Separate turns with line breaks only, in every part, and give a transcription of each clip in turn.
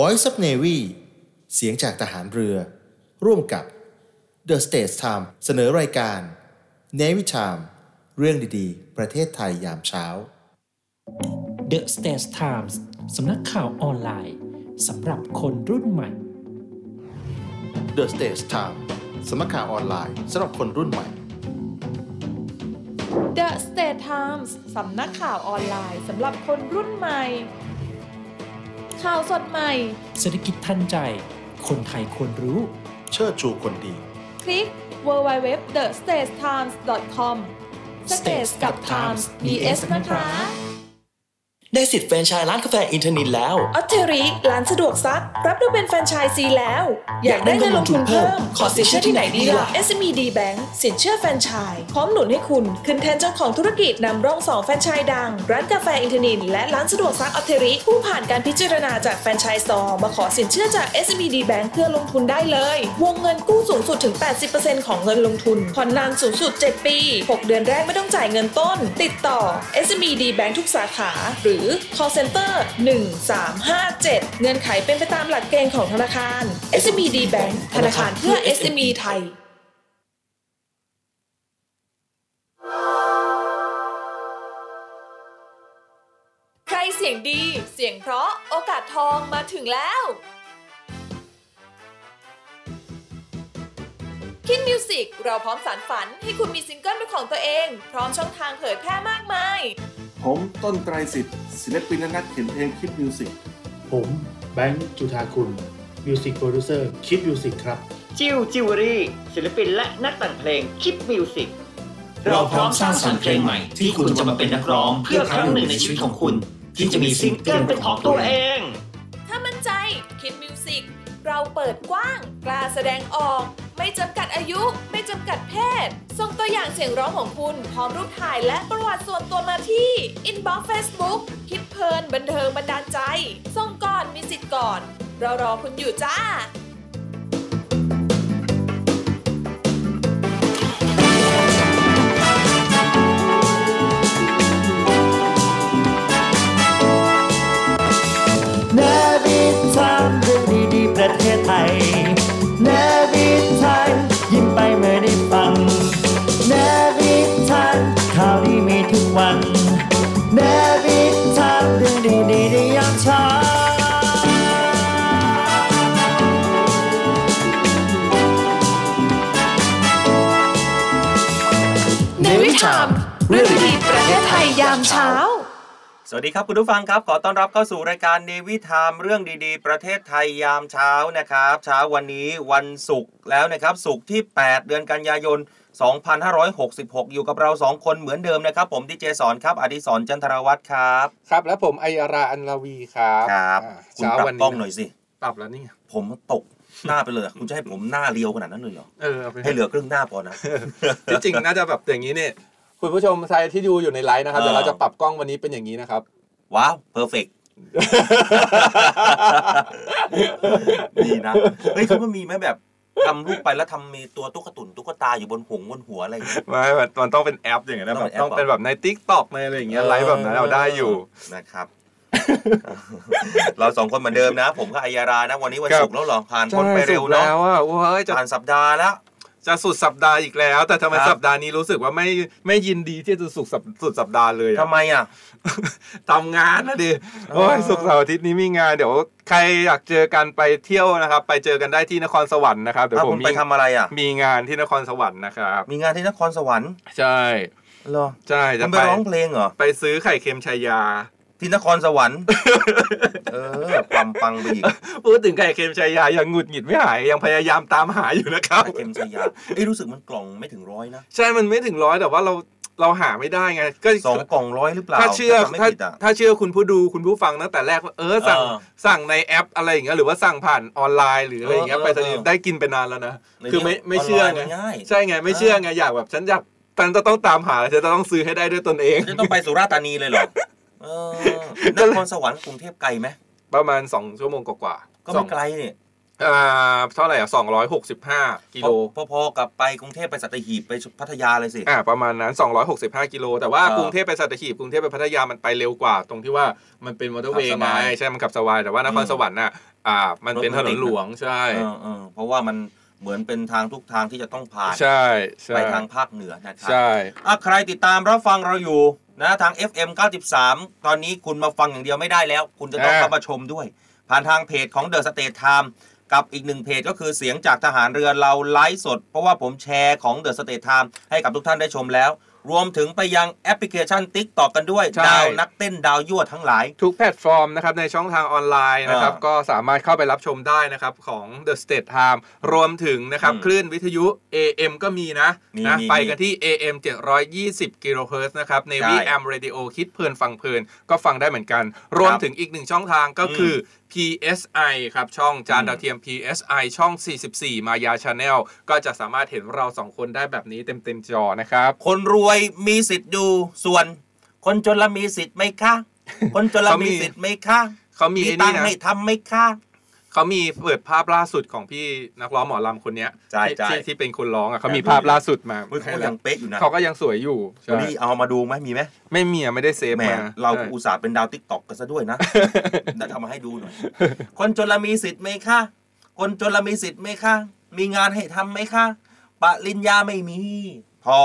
Voice of Navy เสียงจากทหารเรือ ร่วมกับ The States Time เสนอรายการ Navy Time เรื่องดีๆ ประเทศไทยยามเช้า
The States Times สำนักข่าวออนไลน์สำหรับคนรุ่นใหม่
The States Time สมัครข่าวออนไลน์สำหรับคนรุ่นใหม่
The State Times สำนักข่าวออนไลน์สำหรับคนรุ่นใหม่ ข่าวสดใหม่
เศรษฐกิจทันใจ คนไทยควรรู้
เชิดชูคนดี
คลิก www the state times com States กับ Times BS นะคะ
ได้สิทธิ์แฟรนไชส์ร้านกาแฟอินเทอร์เน็ตแล้ว
ออเทริร้านสะดวกซัก รับดูเป็นแฟรนไชส์ซีแล้ว อยากได้เงินลงทุนเพิ่ม ขอสินเชื่อที่ไหนดีล่ะ SME D Bank สินเชื่อแฟรนไชส์พร้อมหนุนให้คุณ ขึ้นแทนเจ้าของธุรกิจนำร่องสองแฟรนไชส์ดัง ร้านกาแฟอินทนิน และร้านสะดวกซักออเทริผู้ผ่านการพิจารณาจากแฟรนไชส์ซองมาขอสินเชื่อจาก SME D Bank เพื่อลงทุนได้เลย วงเงินกู้สูงสุดถึง 80%ของเงินลงทุน ผ่อนนานสูงสุด 7 ปี 6 เดือนแรกไม่ต้องจ่ายเงินต้น ติดต่อ SME D Bank ทุกสาขา หรือ call center 1357 เงื่อนไขเป็นไปตามหลักเกณฑ์ของธนาคาร SME D Bank ธนาคารเพื่อ SME ไทย ใครเสียงดี เสียงเพราะ โอกาสทองมาถึงแล้ว คิดมิวสิกเราพร้อมสารฝันให้คุณมีซิงเกิลเป็นของตัวเอง พร้อมช่องทางเผยแพร่มากมาย
ผมต้นไตรสิทธิ์ศิลปินและนักเขียนเพลงคิดมิวสิก
ผมแบงค์จุธาคุณมิวสิกโปรดิวเซอร์คิดมิวสิกครับ
จิวจิวเวอรี่ศิลปินและนักแต่งเพลงคิดมิวสิก
เราพร้อมสร้างสรรค์เพลงใหม่ ที่คุณจะมาเป็นนักร้องเพื่อครั้งหนึ่งในชีวิตของคุณ ที่จะมีซิงเกิลเป็นของตัวเอง
ง
ถ้ามั่นใจคิดมิวสิกเราเปิดกว้าง กล้าแสดงออก ไม่จำกัดอายุ ไม่จำกัดเพศ ส่งตัวอย่างเสียงร้องของคุณพร้อมรูปถ่ายและประวัติส่วนตัวมาที่ inbox Facebook คิดเพลินบันเทิงบันดาลใจ ส่งก่อนมีสิทธิ์ก่อน เรารอคุณอยู่จ้า
นวิทามเรื่องดีๆประเทศไทยนวิทามยิ้มไปเมื่อได้ฟังนวิทามข่าวดีมีทุกวันนวิทามเรื่องดีๆในยามเช้า
Navy Time เรื่องดีๆประเทศไทยยามเช้า
สวัสดีครับคุณผู้ฟังครับขอต้อนรับเข้าสู่รายการเนวิทามเรื่องดีๆ ประเทศไทยยามเช้านะครับเช้าวันนี้วันศุกร์แล้วนะครับศุกร์ที่ 8 เดือนกันยายน 2566 อยู่กับเรา 2 คนเหมือนเดิมนะครับ ผมดีเจสอนครับอดิสรจันทรวัตรครับ
ครับ แล้วผมไออาราอันลาวีครับอ่า
คุณ
เช้า
ปรับ
วัน
กล้
นี้
องหน่อยสิ
ปรับแล้วนี่ไง
ผมตกหน้าไปเลยอะคุณจะให้ผมหน้าเรียวขนาดนั้นเลยเหรอ
เออเอาไป
ให้เหลือครึ่งหน้าพอนะ
ที่จริงน่าจะแบบอย่างนี้เนี่ยคุณผู้ชมใครที่ดูอยู่ในไลฟ์นะครับ
เออ
เดี๋ยวเราจะปรับกล้องวันนี้เป็นอย่างนี้นะครับ
ว้าวเพอร์เฟก ดีนะเฮ้ยคุณว่ามีไหมแบบทำรูปไปแล้วทำมีตัวตุ๊กตุนตุ๊กตาอยู่บนหงบนหัวอะไรอย่างเงี้ย
ไม่มันต้องเป็นแอปอย่างเงี้ยนะแบบ
ต้
ต้
อ
อง ง
เป็
เป็น น
แอปเหรอ
แบบในทิกตอกในอะไรอย่างเงี้ยไลฟ์แบบนั้นเราได้อยู่
นะครับ เราสองคนเหมือนเดิมนะ ผมก็อายารานะ วันนี้วัน
ครับ
ศุกร์แล้วเหรอ ผ่านพ้นไปเร็วเนาะ
แล้วอ่ะว้ายจะ
ผ่านสัปดาห์แล้ว
จะสุดสัปดาห์อีกแล้ว แต่ทำไม
ครับ
สัปดาห์นี้รู้สึกว่าไม่ไม่ยินดีที่จะสุดสัปสุดสัปดาห์เลยอะ
ทำไมอ่ะ
ทำงานนะดิ โอ้ย
อ่า
สุกร์เสาร์อาทิตย์นี้มีงาน เดี๋ยวใครอยากเจอกันไปเที่ยวนะครับ ไปเจอกันได้ที่นครสวรรค์นะครับ เดี๋ย
ถ้าว
ผ
คุ
ม
ณไป
มี
ทำอะไรอ่ะ
มีงานที่นครสวรรค์นะครับ
มีงานที่นครสวรรค์
ใช่
เหรอ
ใช่
คุ
จะ
ณไป
ไป
ร้องเพลงเหรอ
ไปซื้อไข่เค็มชายา
ที่นครสวร รค์ เออ ความปังไปอีก
พูดถึงไข่เค็มชายายังหงุดหงิดไม่หาย ยังพยายามตามหาอยู่นะครับ
ไอเกมชายาเอ้ยรู้สึกมันกล่องไม่ถึงร้อยนะ
ใช่มันไม่ถึงร้อยแต่ว่าเราเราหาไม่ได้ไงก็
สองกล่องร้อยหรือเปล่า
ถ้าเชื่อ
จำไม่
ถ้า
ผิดอ่ะ
ถ้าเชื่อคุณผู้ดูคุณผู้ฟังตั้งแต่แรกว่าเออสั่ง
เออ
สั่งในแอปอะไรอย่างเงี้ยหรือว่าสั่งผ่านออนไลน์หรืออะไรอย่างเงี้ย
เออ
ไป
เออ
จะได้กินไปนานแล้วนะ
ในนี้
คือไม่ไม่เชื่อ
ออนไล
ไง
น์มันง่าย
ใช่ไงไม่เชื่อไงอยากแบบฉันอยากฉันจะต้องตามหาฉันจะต้องซื้อให้ได้ด้วยตนเอง
จะต้องไปสุราษฎร์ธานีเลยเหรอ เอ อนครสวรรค์กรุงเทพไกลไหม
ประมาณ 2 ชั่วโมงกว่า
ก็
สอ
ไม่
ง
ไกลเนี่ย
อ่าเท่าไหร่อ่ะสองร้อยหกสิบห้ากิโล
พอๆกับไปกรุงเทพไปสัตหีบไปพัทยาเลยสิ
อ่าประมาณนั้น 265 กิโล แต่ว่า
ครับ
กรุงเทพไปสัตหีบกรุงเทพไปพัทยามันไปเร็วกว่า ตรงที่ว่ามันเป็นมอเตอร์เวย์
ขับส
ไง
บาย
ใช่ มันขับสบาย แต่ว่านคร
อืม
สวรรค์น่ะอ่า มันเป็น
รถ
ถ
มัน
น
ติด
น
นะ
หลวงใช่
เออเออเพราะว่ามันเหมือนเป็นทางทุกทางที่จะต้องผ่าน
ใช่ใช่
ไปทางภาคเหนือนะครั
ใช่
อ่ะใครติดตามรับฟังเราอยู่นะทาง FM 93 ตอนนี้คุณมาฟังอย่างเดียวไม่ได้แล้ว คุณจะต้องเข้ามาชมด้วย ผ่านทางเพจของ The State Time กับอีกหนึ่งเพจก็คือเสียงจากทหารเรือเราไลฟ์สด เพราะว่าผมแชร์ของ The State Time ให้กับทุกท่านได้ชมแล้ว รวมถึงไปยังแอปพลิเคชัน TikTok กันด้วย ดาวนักเต้นดาวยั่วทั้งหลาย
ทุกแพลตฟอร์มนะครับในช่องทางออนไลน์นะครับ
อ่า
ก็สามารถเข้าไปรับชมได้นะครับของ The State Time รวมถึงนะครับ
อืม
คลื่นวิทยุ AM ก็มีนะ
มี
นะ
มี
ไปกันที่ AM 720กิโลเฮิรตซ์นะครับในวี
ใช่
แอมเรดิโอคิดเพลินฟังเพลินก็ฟังได้เหมือนกัน รวม
ครับ
ถึงอีกหนึ่งช่องทางก็คือ PSI ครับ ช่องจาน
อืม
ดาวเทียม PSI ช่อง 44 มายาชาแนลก็จะสามารถเห็นเราสองคนได้แบบนี้เต็มๆจอนะครับ
คนรวยมีสิทธิ์ดูส่วน คนจนละมีสิทธิ์ไหมคะ คนจนละ
เขามี
มีสิทธิ์ไหมคะ
เขามี
มี
ไอ้
ตั
นี่
งค์
นะ
ให้ทำไหมคะ
เขามีเปิดภาพล่าสุดของพี่นักร้องหมอลำคนเนี้ย
ใช่
ที่
ใช่
ที่ที่เป็นคนร้องอ่ะเขา
อยาก
มี
ดู
ภาพล่าสุดมา
เฮ้ยเขา
ให้
ก็
แล้
ยั
ว
งเป๊ะอยู่นะ
เขาก็ยังสวยอยู่ใช่
วันนี้เอามาดูไหมมีไหม
ไม่มีอ่ะไม่ได้เซฟ
แหม
มา
เรา
ใช่
อุตส่าห์เป็นดาวติ๊กตอกกันซะ ด้วยนะ แล้วทำมาให้ดูหน่อย คนจนละมีสิทธิ์ไหมคะคนจนละมีสิทธิ์ไหมคะมีงานให้ทำไหมคะปริญญาไม่มี พ อ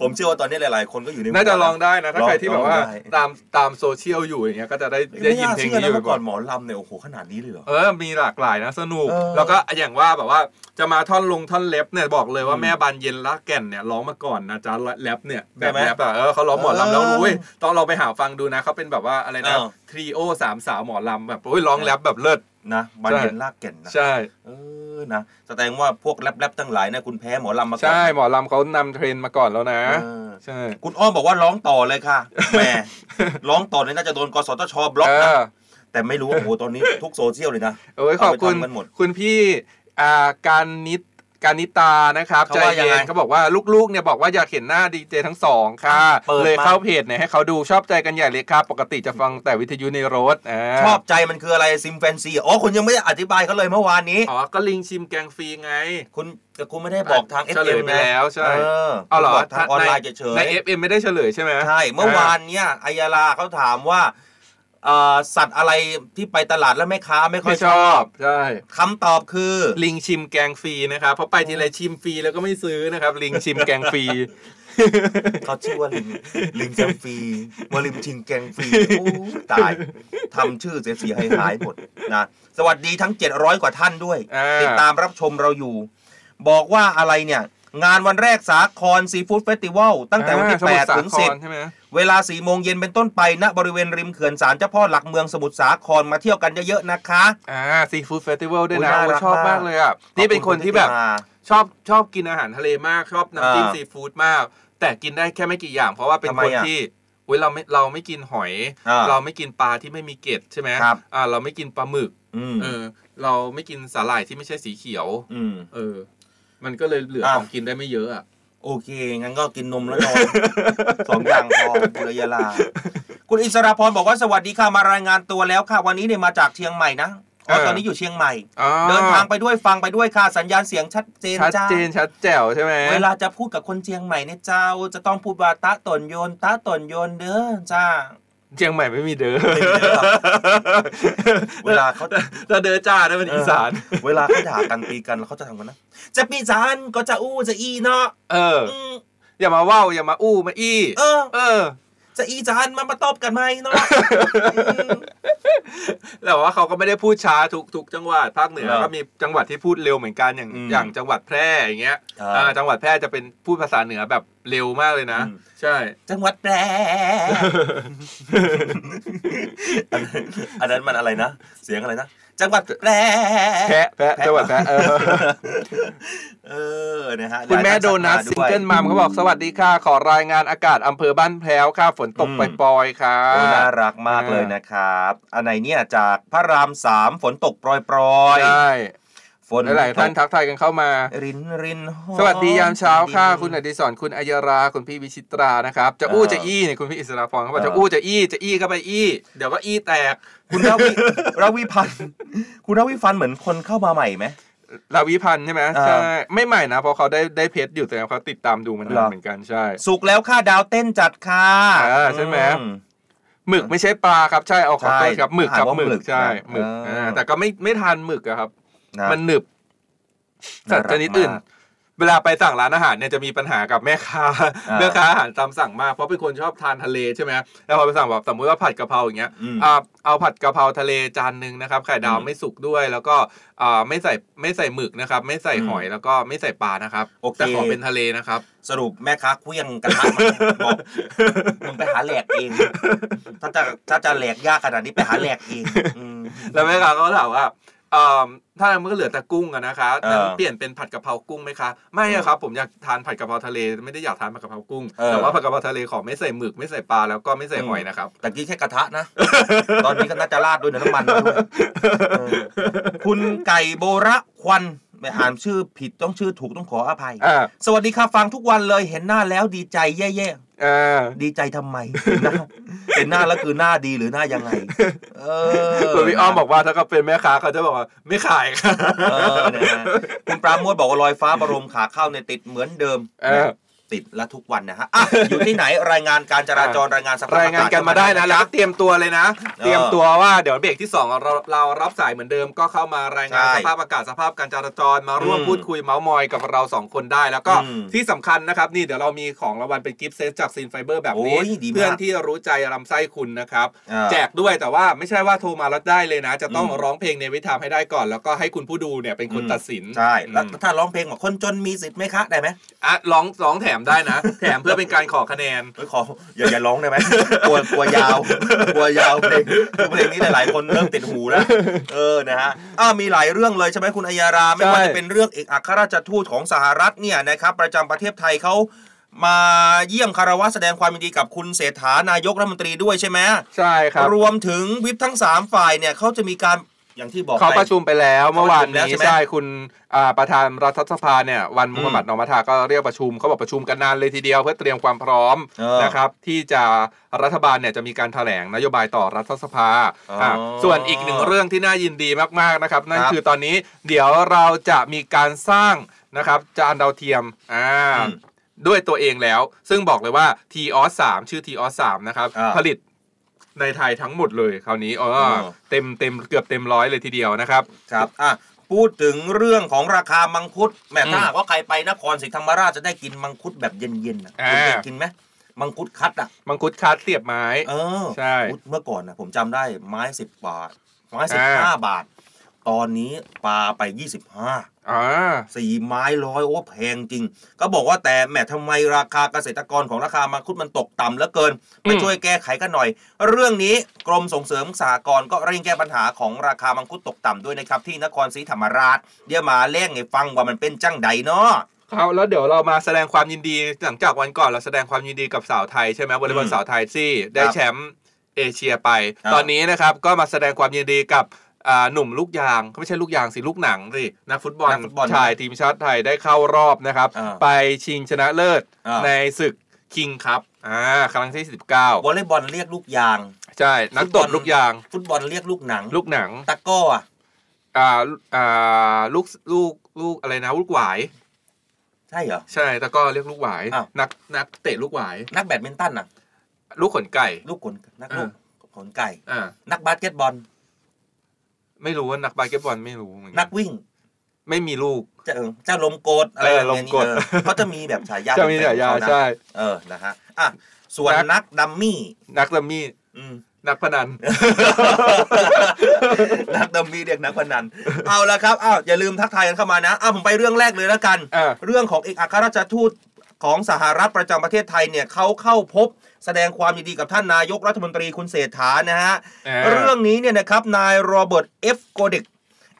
ผมเชื่อว่าตอนนี้หลาย ๆ คนก็อยู่ใน
น่าจะ
หัว
ลองได้นะถ้า
ลอง
ใครที่แบบ
ล
ว่า
องได้
ตามตามโซเชียลอยู่อย่างเงี้ยก็จะได้ได้
ไม่
ยิน
น่า
เพลง
เชื่อ
นี้
นะ
อยู่
เมื่อก่
บ่
อ
อย
นหมอลำเนี่ยโอ้โหขนาดนี้เลยเหรอ
เออมีหลากหลายนะสนุก
เออ
แล้วก็อย่างว่าแบบว่าจะมาท่อนลงท่อนเล็บเนี่ยบอกเลยว่า
อืม
แม่บานเย็นละแก่นเนี่ยร้องมาก่อนนะจ๊ะแรปเนี่ย
ใช่
แบบ
ไหม
แรปอะเออเขาร้องหมอลำแล้ว
เออ
รู้เว้ยต้องเราไปหาฟังดูนะเขาเป็นแบบว่าอะไรนะ
เออ
ทรีโอสามสาวหมอลำแบบโอ้ยร้องแรปแบบเลิศ
นะบัน
ใช่
เย็นลากเก่นนะ
ใช่
เออนะแสดงว่าพวกแรปๆทั้งหลายเนี่ยคุณแพ้หมอลำมาก่อน
ใช่หมอลำเขานำเทรนด์มาก่อนแล้วนะ
เออ
ใช่
คุณอ้อมบอกว่าร้องต่อเลย ค่ะแหม ร้องต่อเนี่ยน่าจะโดนกสทชบล็อก
เอ
นะ
อ
แต่ไม่รู้โอ้โหตอนนี้ ทุกโซเชียลเลยนะ
โอ้ยขอบคุณ
เอาไปทำกันหมด
คุณพี่อ่าการนิตการนิตานะครับ
เขา
ใจ
ว่ายัง
เย็
ไง
นเขาบอกว่าลูกๆเนี่ยบอกว่าอยากเห็นหน้าดีเจทั้งสองค่ะ
เปิด
เลย
มา
เข้าเพจเนี่ยให้เขาดูชอบใจกันใหญ่เลยครับปกติจะฟังแต่วิทยุในรถา
ชอบใจมันคืออะไรซิมแฟนซีอ๋อคุณยังไม่ได้อธิบายเขาเลยเมื่อวานนี้
อ๋อก็ลิงชิมแกงฟรีไง
คุณแต่คุณไม่ได้บอกทางเอฟ
เฉล
เอ็ม
ยไปแล้วใช่
เออ
เอาเหรอ
คุณบกทางออนไลน์เฉย
ในเอฟเอ็มไม่ได้เฉลยใช่ไหม
ๆใช่เมื่อวานเนี่ยอายาลาเขาถามว่าเอ่อสัตว์อะไรที่ไปตลาดแล้วแม่ค้าไม่ค่อ
ไม่
ย
ช
ชอบ
อบใช่
คำตอบคือ
ลิงชิมแกงฟรีนะครับเพราะไปทีไรชิมฟรีแล้วก็ไม่ซื้อนะครับ ลิงชิมแกงฟรี
เขาชื่อว่าลิง ลิงแกงฟรีมาลิมชิงแกงฟรีโอ้ตายทำชื่อเสียหายๆหมดนะสวัสดีทั้ง 700 กว่าท่านด้วย
อ่า
ติดตามรับชมเราอยู่ บอกว่าอะไรเนี่ย งานวันแรกสาครซีฟู้ดเฟสติวัลตั้งแต่วันที่
อ่าสมุ
8 ถึ
ทร
ง
สาคร
10
ใช่ไหม
เวลา4ี่โมงเย็นเป็นต้นไปณบริเวณริมเขื่อนสารเจ้าพ่อหลักเมืองสมุทรสาครมาเที่ยวกันเยอะๆนะคะ
อ่าซีฟู้ดเฟสติวัลด้วย
โอ้ย
นะ
น่า
โอ้ย
รัก
ชอ
มาม
บาก กเลยอ่ะ นี่เป็นคนที่แบบ
ขอบณ
ชอบชอบกินอาหารทะเลมาก ชอบน้ำจิ้ม
อ่า
ซีฟู้ดมาก แต่กินได้แค่ไม่กี่อย่าง เพราะว่าเป็น
ทำไม
คน
อ่ะ
ที่เว้ยเราไม่เราไม่กินหอย
อ่า
เราไม่กินปลาที่ไม่มีเกล็ดใช่ไหม
ครับ
อ่าเราไม่กินปลาหมึก
อืม
เออเราไม่กินสาหร่ายที่ไม่ใช่สีเขียว
อืม
เออ มันก็เลยเหลืออะ ของกินได้ไม่เยอะอ่ะ
โอเค งั้นก็กินนมแล้วนอน สองอย่างพอบุรยาลา คุณอิสราพรบอกว่าสวัสดีค่ะมารายงานตัวแล้วค่ะ วันนี้เนี่ยมาจากเชียงใหม่นะอ๋อ
เออ
ตอนนี้อยู่เชียงใหม่
อ๋อ
เดินทางไปด้วยฟังไปด้วยค่ะสัญญาณเสียงชัดเจน
ชัด
จ้า
เจนชัดแจ๋วใช่ไหม
เวลาจะพูดกับคนเชียงใหม่เนี่ยเจ้า จะต้องพูดว่าตะตนโยนตะตนโยนเด้อจ้า
เชียงใหม่ไม่มีเด้อ
ไม่มีเด้อ เวลาเขา
เราเด้อจ้าได้เป็นอีสาน
เวลาเขาด่ากันตีกันแล้วเขาจะทำกันนะ จะปีจานก็จะอู้จะอีเนาะ
เออ
อืม
อย่ามาเว้าอย่ามาอู้มาอี้
เออ
เออ
จะอีจานมันมาตอบกันไหมเนาะ
แต่ว่าเขาก็ไม่ได้พูดช้าทุกทุกจังหวัดภาคเหนือ
ครับ
ก็มีจังหวัดที่พูดเร็วเหมือนกันอย่าง
อืม
อย่างจังหวัดแพร่อย่างเงี้ย
ครับ
อ่าจังหวัดแพร่จะเป็นพูดภาษาเหนือแบบเร็วมากเลยนะ
อืม
ใช่
จังหวัดแพร่ อันนั้นอันนั้นมันอะไรนะ เสียงอะไรนะ จังหวัดแพร่
แพะแพะจังหวัดแพะเออ
เออนะฮะ
คุณแม่โดนัทซิงเกิลมัมเขาบอกสวัสดีค่ะ ขอรายงานอากาศอำเภอบ้านแพรวค่ะฝนตกปล่อยๆค่ะ
โอ้น่ารักมาก
อ่า
เลยนะครับ อันไหนเนี่ยจากพระรามสามฝนตกปรอย
ใช่
ๆ ฝ ฝน
หลายๆท่านทักทายกันเข้ามา
รินรินหอม
สวัสดียามเช้าค่ะ คุณอดิศรคุณอัยรา คุณพี่วิชิตรานะครับ จะอู้
เออ
จะอี้เนี่ยคุณพี่อิสราพรเขาบอก
เออ
จะอู้จะอี้จะอี้ก็ไปอี้ เดี๋ยวก็อี้แตก
คุณราวิราวิพันธ์คุณราวิพันธ์เหมือนคนเข้ามาใหม่ไหม
ลาวิพันธ์ใช่ไหม
เออ
ใช่ไม่ใหม่นะเพราะเขาได้ได้เพจอยู่แต่เขาติดตามดูมัน
เหรอ
เหมือนกันใช่
สุกแล้วค่ะดาวเต้นจัดค่ะ
เออใช่ไหม
อื
หมึกไม่ใช่ปลาครับใช่เอาขอโทษครับหมึก
ใช่
ครั
อ่าน
บ
ว่า
หมึ
หมึ
ก
ก
ใช่
นะ
หมึก
เอออ่
าแต่ก็ไม่ไม่ทานหมึกอะครับ
นะ
มันหนึบสัตว์ชนิดอื่น
น่ารักมาก
เวลาไปสั่งร้านอาหารเนี่ยจะมีปัญหากับแม่ ค้า
า
แม่ค้าอาหารตามสั่งมากเพราะเป็นคนชอบทานทะเลใช่ไหมแล้วพอไปสั่งแบบสมมติว่าผัดกะเพราอย่างเงี้ย
อืม
อ่าเอาผัดกะเพราทะเลจานหนึ่งนะครับไข่ดาว
อืม
ไม่สุกด้วยแล้วก็อ่าไม่ใส่ไม่ใส่หมึกนะครับ ไม่ใส่
อืม
หอยแล้วก็ไม่ใส่ปลานะครับ
โอเค
แต่ขอเป็นทะเลนะครับ
สรุปแม่ค้าเคลี้ยงกระทะมา บอกมึงไปหาแหลกเอง ถ้าจะถ้าจะแหลกยากขนาดนี้ไปหาแหลกเองอืม
แล้วแม่ค้าก็ถามว่าเอิ่มถ้ามันก็เหลือแต่กุ้งอะนะคะ
เออ
งั้นเปลี่ยนเป็นผัดกะเพรากุ้งไหมคะ ไม่อะครับ ผมอยากทานผัดกะเพราทะเล ไม่ได้อยากทานผัดกะเพรากุ้ง
เออ
แต่ว่าผัดกะเพราทะเลขอไม่ใส่หมึกไม่ใส่ปลาแล้วก็ไม่ใส่หอยนะครับ
ตะกี้แค่กระทะนะ ตอนนี้ก็น่าจะราดด้วยน้ำมันมาด้วยเออคุณไก่โบระควันไม่อ่านชื่อผิดต้องชื่อถูกต้องขออภัย
อ่า
สวัสดีค่ะฟังทุกวันเลยเห็นหน้าแล้วดีใจแย่
เออ
ๆ ดีใจทำไม หน้าเห็นหน้าแล้วคือหน้าดีหรือหน้ายังไง เออ
ส่วนพี่อ้อมบอกว่าถ้าก็เป็นแม่ค้าเขาจะบอกว่าไม่ขายค่ะ
เออนะฮะคุณปราโมทบอกว่าลอยฟ้าบรมขาเข้าในยติดเหมือนเดิม
เออ
ติดละทุกวันนะฮะอ่ะอยู่ที่ไหนรายงานการจราจรรายงานสภาพอศ
รายงานกันมาได้นะแล้วก็เตรียมตัวเลยนะ
เออ
เตรียมตัวว่าเดี๋ยวเบรกที่สองเราเรารับสายเหมือนเดิมก็เข้ามารายงาน
ใช่
สภาพอากาศสภาพการจราจรมาร่วม
อืม
พูดคุยเมาส์มอยกับเราสองคนได้ แล้วก็
อืม
ที่สำคัญนะครับ นี่เดี๋ยวเรามีของรางวัลเป็นกิฟต์เซตจากซินไฟเบอร์แบบนี้
โอ้ยดีมาก
เพื่อนที่รู้ใจรำไส้คุณนะครับ
อ่า
แจกด้วยแต่ว่าไม่ใช่ว่าโทรมาแล้วได้เลยนะ จะต้อง
อืม
ร้องเพลงในวิถีให้ได้ก่อน แล้วก็ให้คุณผู้ดูเนี่ยเป็นคนตัดสิน
ใช่แล้ว
อืม
ถ้าร้องเพลงบอกคนจนมีสิทธิ์ไหมคะได้ไหม
อ่ะร้องร้องแถมได้ นะ แถมเพื่อเป็นการขอคะแนน
เฮ้ยขออย่าอย่าร้องได้ไหมกลัวกลัวยาวกลัวยาวเพลงเพลงนี้หลายๆคนเริ่มติดหูแล้วเออนะฮะอ้าวมีหลายเรื่องเลยใช่ไหมคุณอัยยาราไม่ว่า
ใช่
จะเป็นเรื่องเอกอัครราชทูตของสหรัฐเนี่ยนะครับประจำประเทศไทยเขามาเยี่ยมคารวะแสดงความยินดีกับคุณเศรษฐานายกรัฐมนตรีด้วยใช่ไหม
ใช่ครับ
รวมถึงวิปทั้ง 3 ฝ่ายเนี่ยเขาจะมีการอย่างที่บอก
เขา
ไป
ประชุมไปแล้วเมื่อวาน
เขาประชุมแล้ว
นี้
ใช่ไหม
ใช่คุณอ่าประธานรัฐสภาเนี่ยวัน
อืม
มุฮัมหมัดนอมัทาก็เรียกประชุมเขาบอกประชุมกันนานเลยทีเดียวเพื่อเตรียมความพร้อม
เออ
นะครับที่จะรัฐบาลเนี่ยจะมีการถแถลงนโยบายต่อรัฐสภา
อ๋ออ่
ะส่วนอีกหนึ่งเรื่องที่น่ายินดีมากๆนะครับ นั่น
ครับ
คือตอนนี้เดี๋ยวเราจะมีการสร้างนะครับจานดาวเทียมอ่า
อืม
ด้วยตัวเองแล้ว ซึ่งบอกเลยว่า t o s 3ชื่อ t o s 3นะครับ
อ่า
ผลิตในไทยทั้งหมดเลยคราวนี้เออ
อ๋อ
เต็มเต็มเกือบเต็มร้อยเลยทีเดียวนะครับ
ครับอ่ะพูดถึงเรื่องของราคามังคุดแหม่
อืม
ถ้าหากว่าใครไปนครศรีธรรมราชจะได้กินมังคุดแบบเย็นๆนะ
อ่า
คุณเคยกินไหมมังคุดคัดอ่ะ
มังคุดคัดเสียบไม้
เออ
ใช่
อุ๊ยเมื่อก่อนนะผมจำได้ไม้สิบบาท ไม้สิบ
อ่า
ห้าบาท ตอนนี้ปลาไปยี่สิบห้า
อ่า
สี่ไม้ร้อยโอ้แพงจริง ก็บอกว่าแต่แหมทำไมราคาเกษตรกรของราคามังคุดมันตกต่ำเหลือเกินไป
อืม
ช่วยแก้ไขกันหน่อย เรื่องนี้กรมส่งเสริมสหกรณ์ก็เร่งแก้ปัญหาของราคามังคุดตกต่ำด้วยนะครับ ที่นครศรีธรรมราชเดี๋ยวมาแล่งให้ฟังว่ามันเป็นจังใดเนาะ
ครับแล้วเดี๋ยวเรามาแสดงความยินดีหลังจากวันก่อนเราแสดงความยินดีกับสาวไทยใช่ไหมวอลเลย์บอล
อืม
สาวไทยที่ได้แชมป์เอเชียไป
ครับ
ตอนนี้นะครับก็มาแสดงความยินดีกับอ่าหนุ่มลูกยางไม่ใช่ลูกยางสิลูกหนังสินักฟุตบอล
นักฟุตบอล
ชายทีมชาติไทยได้เข้ารอบนะครับ
อ่า
ไปชิงชนะเลิศ
อ่า
ในศึกคิงครับอ่าครั้งที่19
วอลเลย์บอลเรียกลูกยาง
ใช่นักตบ
ฟุตบอล
ลูกยาง
ฟุตบอลเรียกลูกหนัง
ลูกหนัง
ตะกร้ออะ
อ่าอ่าลูกลูกลูกอะไรนะลูกหวาย
ใช่เหรอ
ใช่แต่ก็เรียกลูกหวาย
อ้าว
นักนักเตะลูกหวาย
นักแบดมินตันน่ะ
ลูกขนไก่
ลูกขนนัก
อ่า
ลูกขนไก่
อ่า
นักบาสเกตบอล
ไม่รู้ว่านักบาสเกตบอลไม่รู้เหมือน
นั
กั
กวิ่ง
ไม่มีลูก
เจ้าเอิงเจ้าลมโกดอะไร
เออ
แบบ
ลม
นี้
โกด
เออเขาจะมีแบบฉายา
จะมีฉายา
ของเขนะ
ใช่
เออนะฮะอ่ะส่วน
นัก
นักดัมมี่
นักดัมมี่
อืม
นักพนัน
นักดัมมี่เด็กนักพนันเอาละครับอ้าวอย่าลืมทักทายกันเข้ามานะอ้าวผมไปเรื่องแรกเลยแล้วกัน
เออ
เรื่องของเอกอัครราชทูตของสหรัฐประจำประเทศไทยเนี่ยเขาเข้าพบแสดงความยินดีกับท่านนายกรัฐมนตรีคุณเศรษฐานะฮะ เรื่องนี้เนี่ยนะครับ นายโรเบิร์ตเอฟโกเดก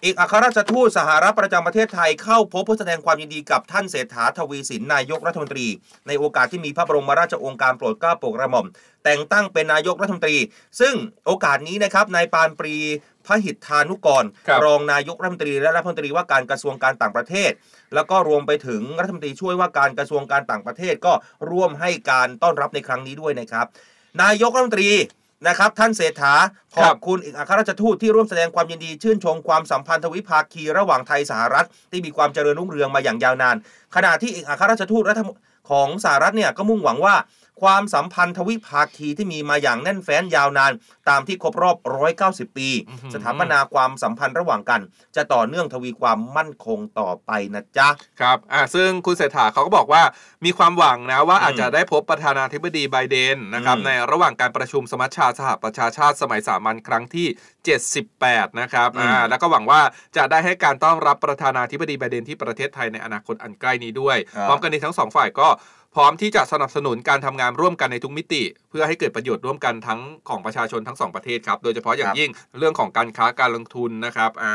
อีกอัครราชทูตสหรัฐประจำประเทศไทยเข้าพบเพื่อแสดงความยินดีกับท่านเศรษฐาทวีสินนายกรัฐมนตรี ในโอกาสที่มีพระบรมราชโองการโปรดเกล้าโปรดกระหม่อม แต่งตั้งเป็นนายกรัฐมนตรี ซึ่งโอกาสนี้นะครับนายปานปรีพหิทธานุกร
ครับ
องนายกรัฐมนตรีและรัฐมนตรีว่าการกระทรวงการต่างประเทศ แล้วก็รวมไปถึงรัฐมนตรีช่วยว่าการกระทรวงการต่างประเทศก็ร่วมให้การต้อนรับในครั้งนี้ด้วยนะครับ นายกรัฐมนตรีนะครับ ท่านเศรษฐาข
ครั
อบบ คุณอีกอัครราชทูตที่ร่วมแสดงความยินดีชื่นชมความสัมพันธวิภาคีระหว่างไทยสหรัฐ ที่มีความเจริญรุ่งเรืองมาอย่างยาวนาน ขณะที่อีกอัครราชทูตรัฐมของสหรัฐเนี่ยก็มุ่งหวังว่า ความสัมพันธวิภาคีที่มีมาอย่างแน่นแฟ้นยาวนาน ตามที่ครบรอบ 190 ปี
อื้อหือ
สถาปนาความสัมพันธ์ระหว่างกัน จะต่อเนื่องทวีความมั่นคงต่อไปนะจ๊ะ
ครับ อ่า ซึ่งคุณเศรษฐาเขาก็บอกว่ามีความหวังนะว่าอาจจะได้พบประธานาธิบดีไบเดนนะครับ
อืม
ในระหว่างการประชุมสมัชชาสหประชาชาติสมัยสามัญครั้งที่ 78 นะครับ
อืม
อ่า แล้วก็หวังว่าจะได้ให้การต้อนรับประธานาธิบดีไบเดนที่ประเทศไทยในอนาคตอันใกล้นี้ด้วย พร้อมกันนี้ทั้งสองฝ่ายก็พร้อมที่จะสนับสนุนการทำงานร่วมกันในทุกมิติ เพื่อให้เกิดประโยชน์ร่วมกันทั้งของประชาชนทั้งสองประเทศครับ โดยเฉพาะอย่างยิ่งเรื่องของการค้าการลงทุนนะครับอ่า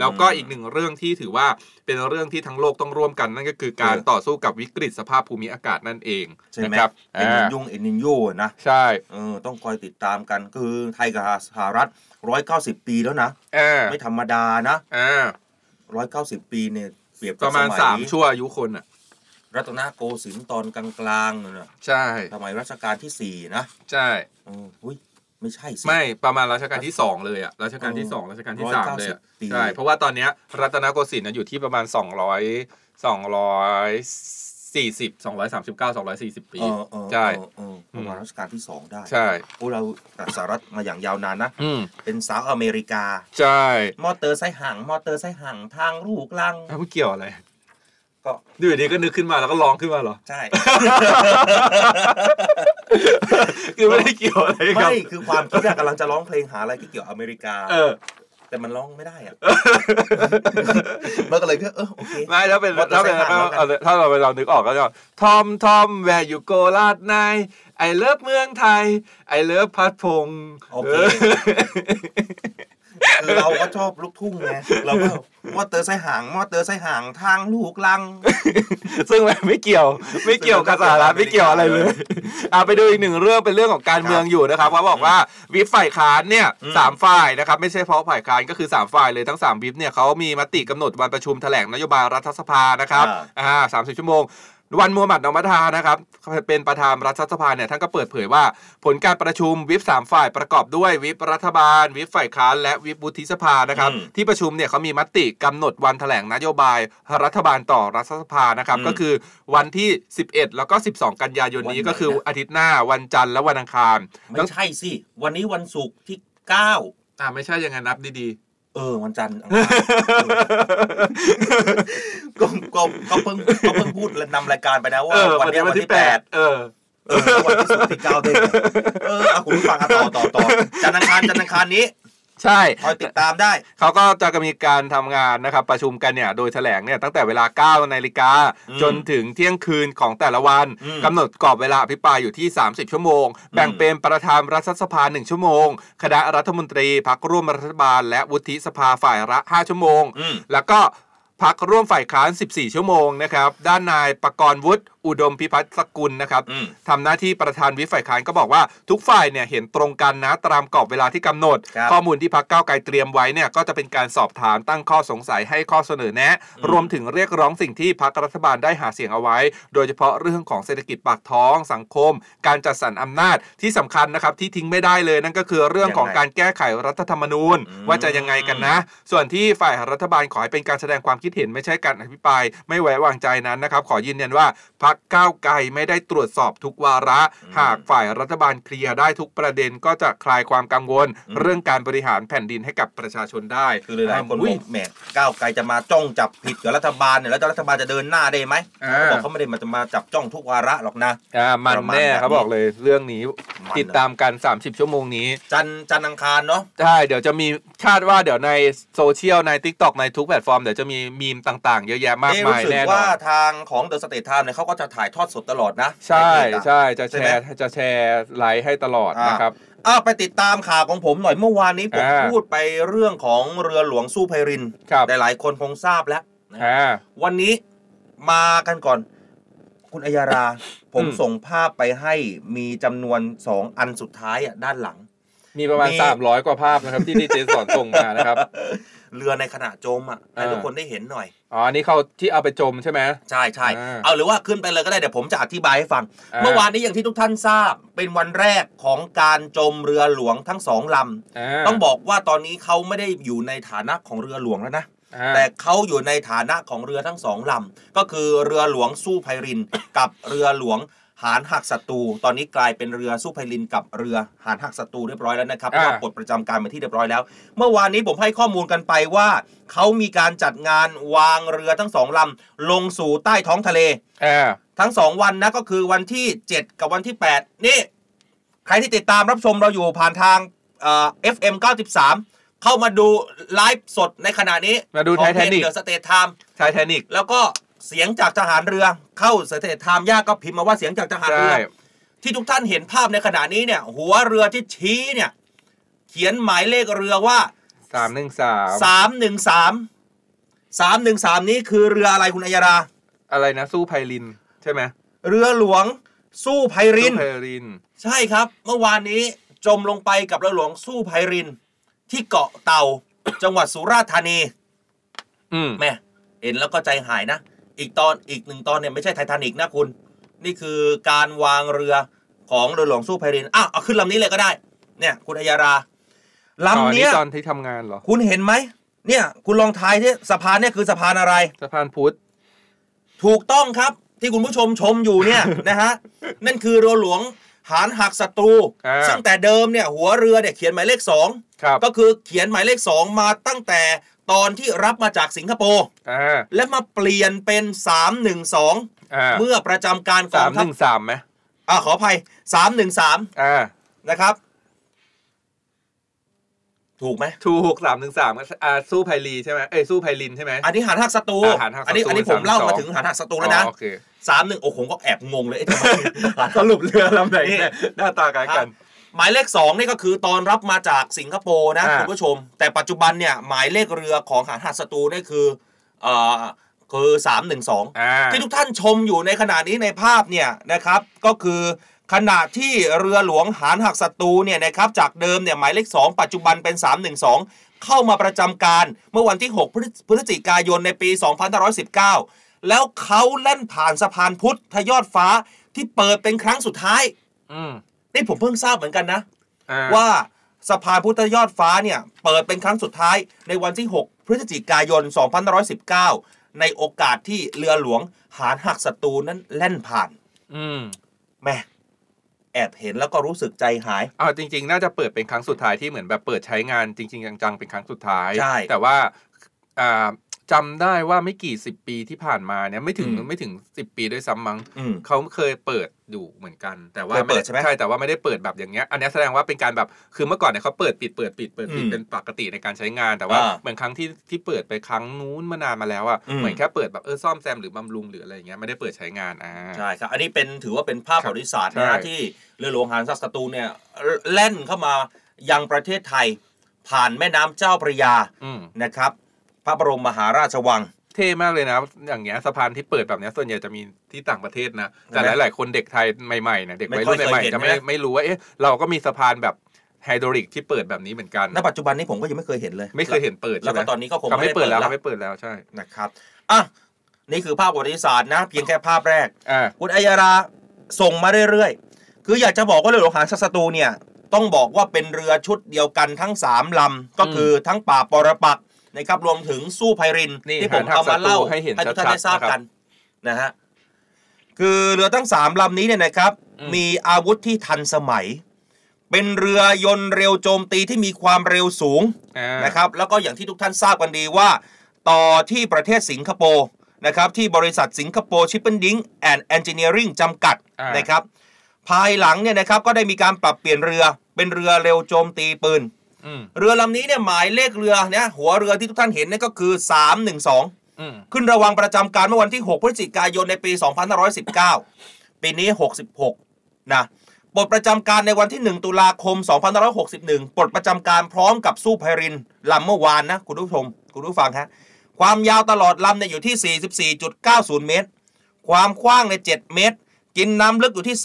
แล้วก็อีกหนึ่งเรื่องที่ถือว่าเป็นเรื่องที่ทั้งโลกต้องร่วมกันนั่นก็คือการ
เออ
ต่อสู้กับวิกฤตสภาพภูมิอากาศนั่นเอง
ใช่
นะ
ไหม
ครับ
เอ็นนิน
อ่า
โยงเอ็นนินโยนะ
ใช่
เออต้องคอยติดตามกันคือไทยกับสหรัฐ 190 ปีแล้วนะ
อ่า
ไม่ธรรมดานะ
อ่า
190 ปีเนี่ยเปรียบ
ป
กับ
ระมาณ
ย
สามชั่วอายุคนอ่ะ
รัตนโกสินทร์ตอนกลางๆนั่นน่ะ
ใช่
สมัยรัชกาลที่ 4 นะ
ใช่
เอออุ้ยไม่ใช่สิ
ไม่ประมาณรัชกาลที่สองเลยอ่ะรัชกาลที่สองรัชกาลที่สามเลยอะ
190 ปี
ใช่ เพราะว่าตอนเนี้ยรัตนโกสินทร์น่ะอยู่ที่ประมาณ 200 240 239 240 ปี
เออเออ
ใช่
เออเออประมาณรัชกาลที่ 2 ได้
ใช่
พวกเราตัดสหรัฐมาอย่างยาวนานนะ
อืม
เป็นสาวอเมริกา
ใช่
มอเตอร์ไซค์ห่าง มอเตอร์ไซค์ห่างทางลูกลัง
แล้วมันเกี่ยวอะไร
ก็
ดูดีก็นึกขึ้นมาแล้วก็ร้องขึ้นมาเหรอ
ใช่
คือไม่ได้เกี่ยวอะไรกับ
ไม่คือความคิดอะกำลังจะร้องเพลงหาอะไรที่เกี่ยวอเมริกา
เออ
แต่มันร้องไม่ได้อะ มันก็เลยก็เออโอเค
ไม่ถ้าเป็น
มอเตอ
ถ้า
ร์ไซ
เป็น
ค์
ถ้า
ห่างแล้วกัน
เราถ้าเราไปเรานึกออกก็จะทอมทอมแวร์ยูโกลาดนายไอเลิฟเมืองไทยไอเลิฟพัดพงษ์
โอเค คือเราก็ชอบลูกทุ่งไงเราก็มอเตอร์ไซค์ห่าง มอเตอร์ไซค์ห่างทางลูกลัง
ซึ่งแบบไม่เกี่ยว ไม่เกี่ยวกับสหรัฐไม่เกี่ยวอะไรเลย อ่ะไปดูอีกหนึ่งเรื่องเป็นเรื่องของการเมืองอยู่นะครับเขาบอกว่าวิปฝ่ายค้านเนี่ย
อืม
สามฝ่ายนะครับไม่ใช่เพราะฝ่ายค้านก็คือสามฝ่ายเลยทั้งสามวิปเนี่ยเขามีมติกำหนดวันประชุมแถลงนโยบายรัฐสภานะครับ
อ่า
อ่าสามสิบชั่วโมง วันมูฮัมหมัดนอมัทานะครับเป็นประธานรัฐสภาเนี่ยท่านก็เปิดเผยว่า ผลการประชุมวิปสามฝ่ายประกอบด้วยวิปรัฐบาล วิปฝ่ายค้านและวิปวุฒิสภานะครับ
อืม
ที่ประชุมเนี่ยเขามีมติกำหนดวันแถลงนโยบายรัฐบาลต่อรัฐสภานะครับ
อืม
ก็คือวันที่ 11 แล้วก็ 12 กันยายนนี้
วันไหน
ก็คือ
นะ
อาทิตย์หน้าวันจันทร์และวันอังคาร
ไม่ใช่สิ วันนี้วันศุกร์ที่เก้า
อ่าไม่ใช่อยังไงนับดี
เออวันจันท ร์อังคาร
ๆ
ก็ก็ก็เพิ่งก็เพิ่งพูดและนำรายการไปนะว่า
เออ
วัน
วัน
นี้
นี้
วั
วัน น
ที่
ที่
แป
แป
ด
ดเออ
เออแล้ววันที่สุดที่เก้าเด้งอะเออเอาคุณผู้ฟังอะต่อต่อต่อจันทร์อังคารจันทร์อังคารนี้
ใช่
คอยติดตามได้
เขาก็จะมีการทำงานนะครับประชุมกันเนี่ยโดยแถลงเนี่ยตั้งแต่เวลา 9 นาฬิกา
อืม
จนถึงเที่ยงคืนของแต่ละวัน
อืม
กำหนดกรอบเวลาอภิปรายอยู่ที่ 30 ชั่วโมง แบ่งเป็นประธานรัฐสภา 1 ชั่วโมง คณะรัฐมนตรีพักร่วมรัฐบาล และวุฒิสภาฝ่ายละ 5 ชั่วโมง
อืม
แล้วก็พักร่วมฝ่ายค้าน 14 ชั่วโมงนะครับด้านนายประกรณ์วุฒิอุดมพิพัฒน์สกุลนะครับ
อืม
ทำหน้าที่ประธานวิปฝ่ายค้านก็บอกว่าทุกฝ่ายเนี่ยเห็นตรงกันนะตามกรอบเวลาที่กำหนด
ครับ
ข้อมูลที่พักเก้าวไกลเตรียมไว้เนี่ยก็จะเป็นการสอบถามตั้งข้อสงสัยให้ข้อเสนอแนะ
อืม
รวมถึงเรียกร้องสิ่งที่พักรัฐบาลได้หาเสียงเอาไว้ โดยเฉพาะเรื่องของเศรษฐกิจปากท้อง สังคม การจัดสรรอำนาจที่สำคัญนะครับที่ทิ้งไม่ได้เลยนั่นก็คือเรื่องของการแก้ไขรัฐธรรมนูญ ว่าจะยังไงกันนะ ส่วนที่ฝ่ายรัฐบาลขอให้เป็นการแสดงความคิดเห็นไม่ใช่การอภิปรายไม่ไว้วางใจนั้นนะครับ ขอยืนยันว่าพักก้าวไกลไม่ได้ตรวจสอบทุกวาระ หากฝ่ายรัฐบาลเคลียร์ได้ทุกประเด็นก็จะคลายความกังวล
อืม
เรื่องการบริหารแผ่นดินให้กับประชาชนได้
คือหลายๆคนบ
อุ๊
อกแหมก้าวไกลจะมาจ้องจับผิดกับรัฐบาลเนี่ยแล้วรัฐบาลจะเดินหน้าได้ไหม
อ่า
เขาบอกเขาไม่ได้มาจะมาจับจ้องทุกวาระหรอกนะ
อ่ามัน
ประ
แน่
มาณแบบนี้
เขาบอกเลยเรื่องนี้
มัน
ติดตามกัน 30 ชั่วโมงนี้
จันทร์จันทร์อังคารเนาะ
ใช่ เดี๋ยวจะมีคาดว่าเดี๋ยวในโซเชียลใน TikTok ในทุกแพลตฟอร์ม เดี๋ยวจะมีมีมต่างๆ เยอะแยะมาก
เอ๊ะ
มาย
รู้สึก
แน่นอ
ว่าน ทางของเดอะสเตทไทม์เนี่ยเขาก็ จะถ่ายทอดสดตลอดนะ
ใช่
นเพจอะ
ใช่จะ
ใช่
แช
ไหม
ร์จะแชร์ไลค์ให้ตลอดนะครับ
อ้าวไปติดตามข่าวของผมหน่อยเมื่อวานนี้ผม
อ่า
พูดไปเรื่องของเรือหลวงสู้ไพริน
ครับ
หลายๆคนคงทราบแล้วนะ
อ่า
วันนี้มากันก่อน คุณอัยา รา ผม
อืม
ส่งภาพไปให้มีจำนวน 2 อันสุดท้ายอ่ะด้านหลัง
มีประมาณ
มี
300 กว่าภาพนะครับ ที่ดีเจสอนส่งมานะครับ
เรือในขณะจมอ่ะให้
อ่า
ทุกคนได้เห็นหน่อย
อ๋ออันนี้เขาที่เอาไปจมใช่ไหม
ใช่ใช่
อ่า
เอาหรือว่าขึ้นไปเลยก็ได้เดี๋ยวผมจะอธิบายให้ฟัง
อ่า
เมื่อวานนี้อย่างที่ทุกท่านทราบ เป็นวันแรกของการจมเรือหลวงทั้งสองล
อ่า
ำต้องบอกว่าตอนนี้เขาไม่ได้อยู่ในฐานะของเรือหลวงแล้วนะ
อ่า
แต่เขาอยู่ในฐานะของเรือทั้งสองลำ ก็คือเรือหลวงสู้ไพริน กับเรือหลวงหานหักศัตรู ตอนนี้กลายเป็นเรือสู้ไพริน กับเรือหานหักศัตรูเรียบร้อยแล้วนะครับเพราะว่าปลดประจำการมาที่เรียบร้อยแล้ว เมื่อวานนี้ผมให้ข้อมูลกันไปว่าเขามีการจัดงานวางเรือทั้งสองลำลงสู่ใต้ท้องทะเล
อ่า
ทั้งสองวันนะก็คือวันที่ 7 กับวันที่ 8 นี่ ใครที่ติดตามรับชมเราอยู่ผ่านทางเอ่อ FM 93 เข้ามาดูไลฟ์สดในขณะนี้
มาดู
ของ
Titanic
เพจเดอะสเตทไทม์
ไททานิก
แล้วก็เสียงจากทหารเรือเข้าสเตทไทม์ยากก็พิมพ์มาว่าเสียงจากทหาร
ใช่
เรือ ที่ทุกท่านเห็นภาพในขณะนี้เนี่ย หัวเรือที่ชี้เนี่ย เขียนหมายเลขเรือว่า
3 1 3
313 313 นี้คือเรืออะไรคุณอัยยารา
อะไรนะ สู้ไพลิน ใช่ไหม
เรือหลวงสู้ไพริน
สู้ไพลิน
ใช่ครับ เมื่อวานนี้จมลงไปกับเรือหลวงสู้ไพริน ที่เกาะเต่า จังหวัดสุราษฎร์ธานี
อืม
แม่เห็นแล้วก็ใจหายนะ อีกตอนอีกหนึ่งตอนเนี่ยไม่ใช่ไททานิกนะคุณ นี่คือการวางเรือของเรือหลวงสู้ไพรินอ้าวเอาขึ้นลำนี้เลยก็ได้ เนี่ย คุณอัยยารา
ตอน
ลำ
นี้
เนี้ย
ตอนที่ทำงานเหรอ
คุณเห็นไหมเนี่ย คุณลองทายที่สะพานเนี่ยคือสะพานอะไร
สะพานพุทธ
ถูกต้องครับที่คุณผู้ชมชมอยู่ เนี่ย นะฮะนั่นคือเรือหลวงหานหักศัตรู
อ่า
ซึ่งแต่เดิมเนี่ยหัวเรือเนี่ยเขียนหมายเลข 2
ครับ
ก็คือเขียนหมายเลข 2 มาตั้งแต่ตอนที่รับมาจากสิงคโปร์
อ่า
และมาเปลี่ยนเป็น 312
อ่า
เมื่อประจำการกอ
สาม
ง
ห
ทัพ
นึ่งสามไหม
อ่าขออภัย 313
อ่า
นะครับ ถูกไหม
ถูกสามหนึ่งสามอ่าสู้ไพลีใช่ไหมเอ้ยสู้ไพลินใช่ไหม
อันนี้หานหักศัตรู
อ่าหารหักศัตรู
อันนี้อันนี้ผมเล่ามา
312
ถึงหานหักศัตรูแล้วนะ
อ๋อโอเค
สามหนึ่งโอ้ผมก็แอบงงเลยเอ๊ะทำไมหานหัก
สรุปเรือลำไหน
นี่
เนี่ยหน้าตาคล้ายกัน
หมายเลข 2 นี่ก็คือตอนรับมาจากสิงคโปร์นะ
อ่า
คุณผู้ชม แต่ปัจจุบันเนี่ยหมายเลขเรือของหาดหัดสตูนี่คือเอ่อคือ 312
อ่า
ที่ทุกท่านชมอยู่ในขณะนี้ในภาพเนี่ยนะครับ ก็คือขณะที่เรือหลวงหานหักศัตรูเนี่ยนะครับจากเดิมเนี่ยหมายเลข 2 ปัจจุบันเป็น 312 เข้ามาประจำการเมื่อวันที่ 6 พฤศพฤศจิกายนในปี 2519 แล้วเขาแล่นผ่านสะพานพุทธยอดฟ้าที่เปิดเป็นครั้งสุดท้าย
อืม
นี่ผมเพิ่งทราบเหมือนกันนะ
อ่
ว่าสภาพุทธยอดฟ้าเนี่ยเปิดเป็นครั้งสุดท้ายในวันที่ 6 พฤศจิกายน 2519 ในโอกาสที่เรือหลวงหานหักศัตรูนั้นแล่นผ่าน
อืม
แม่แอบเห็นแล้วก็รู้สึกใจหาย
เอาจริง ๆ น่าจะเปิดเป็นครั้งสุดท้ายที่เหมือนแบบเปิดใช้งานจริง ๆ จังๆ เป็นครั้งสุดท้าย
ใช่
แต่ว่าอ่าจำได้ว่าไม่กี่สิบปีที่ผ่านมาเนี่ยไม่ถึง
อืม
ไม่ถึงสิบปีด้วยซ้ำมั้ง
อืม
เขาเคยเปิดอยู่เหมือนกัน แต่ว่า
เคยเปิด
ด้
ใช่ไหม
ใช่แต่ว่าไม่ได้เปิดแบบอย่างเงี้ยอันเนี้ยแสดงว่าเป็นการแบบคือเมื่อก่อนเนี่ยเขาเปิดปิดเปิดปิดเปิดปิด
อืม
เป็นปกติในการใช้งานแต่ว่า
อ่า
เหมือนครั้งที่ที่เปิดไปครั้งนู้นมานานมาแล้วอ่ะ
อืม
เหมือนแค่เปิดแบบเออซ่อมแซมหรือบำรุงหรืออะไรอย่างเงี้ยไม่ได้เปิดใช้งานอ่า
ใช่ครับอันนี้เป็นถือว่าเป็นภาพประวัติศาสตร์นะ
ใช่
ฮะที่เรือหลวงหานหักศัตรูเนี่ยแล่นเข้ามายังประเทศไทย ผ่านแม่น้ำเจ้าพระยา
อืม
นะครับ พระบรมมหาราชวัง
เท่มากเลยนะ อย่างเงี้ยสะพานที่เปิดแบบเนี้ยส่วนใหญ่จะมีที่ต่างประเทศนะ แต่
ใช่ไหม
หลาย ๆ คนเด็กไทยใหม่ๆเนี่ยเด็ก
ไม่
วัย
ค่อ
รุ่
ย
นใหม่
เคยเห็น
ๆจะไม่
นะ
ไม่รู้ว่าเอ๊ะเราก็มีสะพานแบบไฮดรอลิกที่เปิดแบบนี้เหมือนกัน
ณปัจจุบันนี้ผมก็ยังไม่เคยเห็นเลย
ไม่เคยเห็นเปิด
แล้ว
ใช่ไหม
ก็ตอนนี้ก็คง
เขา
ไม่
ไม่
ได้
เปิดแล้ว
เปิดละ
เขาไม่เปิดแล้วใช่
นะครับอ่ะนี่คือภาพประวัติศาสตร์นะ เพียงแค่ภาพแรก
อ่า
คุณอัยยาราส่งมาเรื่อยๆ คืออยากจะบอกว่าเรือหลวงหางสัสตูเนี่ยต้องบอกว่าเป็นเรือชุดเดียวกันทั้ง 3 ลำ ก็คือทั้งป่าปรปักษ์นะครับรวมถึงสู้ไพริน
นี่
ที่ผมเอามาเล่า
ให้เห็น
ให้
ชั
ทุก
ดๆ
ท่านได้ทราบ
ะค
กันนะฮะคือเรือทั้ง 3 ลำนี้เนี่ยนะครับ
อืม
มีอาวุธที่ทันสมัย เป็นเรือยนต์เร็วโจมตีที่มีความเร็วสูง
อ่า
นะครับแล้วก็อย่างที่ทุกท่านทราบกันดีว่า ต่อที่ประเทศสิงคโปร์นะครับที่บริษัทสิงคโปร์ชิปเปิลดิ้งแอนด์เอนจิเนียริงจำกัด
อ่าน
นะครับภายหลังเนี่ยนะครับก็ได้มีการปรับเปลี่ยนเรือเป็นเรือเร็วโจมตีปืน
อืม
เรือลำนี้เนี่ยหมายเลขเรือเนี่ยหัวเรือที่ทุกท่านเห็นเนี่ยก็คือ 312
อืม
ขึ้นระวังประจำการเมื่อวันที่ 6 พฤศจิกายนในปี 2519 ปีนี้ 66 นะปลดประจำการในวันที่ 1 ตุลาคม 2561 ปลดประจำการพร้อมกับสู้ไพรินลำเมื่อวานนะ คุณผู้ชม คุณผู้ฟังฮะ ความยาวตลอดลำเนี่ยอยู่ที่ 44.90 เมตร ความกว้างในย7เมตร กินน้ำลึกอยู่ที่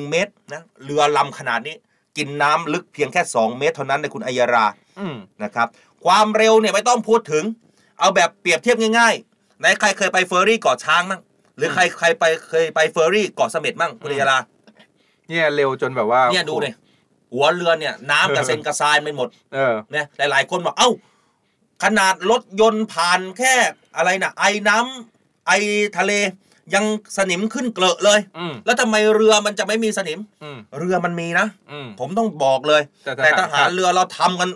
2.11 เมตรนะเรือลำขนาดนี้ กินน้ำลึกเพียงแค่ 2 เมตรเท่านั้นในะคุณอัยรา
อืม
นะครับความเร็วเนี่ยไม่ต้องพูดถึง เอาแบบเปรียบเทียบง่ายๆไหนใครเคยไปเฟอร์รี่เกาะช้างมั่งหรือใครใครไปเคยไปเฟอร์รี่เกาะเสม็ดมั่งคุณเดชยาลา
เนี่ยเร็วจนแบบว่า
เนี่ยดูเลยหัวเรือเนี่ยน้ำกระเซ็นกระซายไปหมด
เออ
นะหลายๆคนบอกเอ้า ขนาดรถยนต์ผ่านแค่อะไรนะไอ้น้ำไอทะเลยังสนิมขึ้นเกลอะเลย
อืม
แล้วทำไมเรือมันจะไม่มีสนิม
อืม
เรือมันมีนะ
อืม
ผมต้องบอกเลย
แต่ทหาร
แต่ทหารเรือเราทำกัน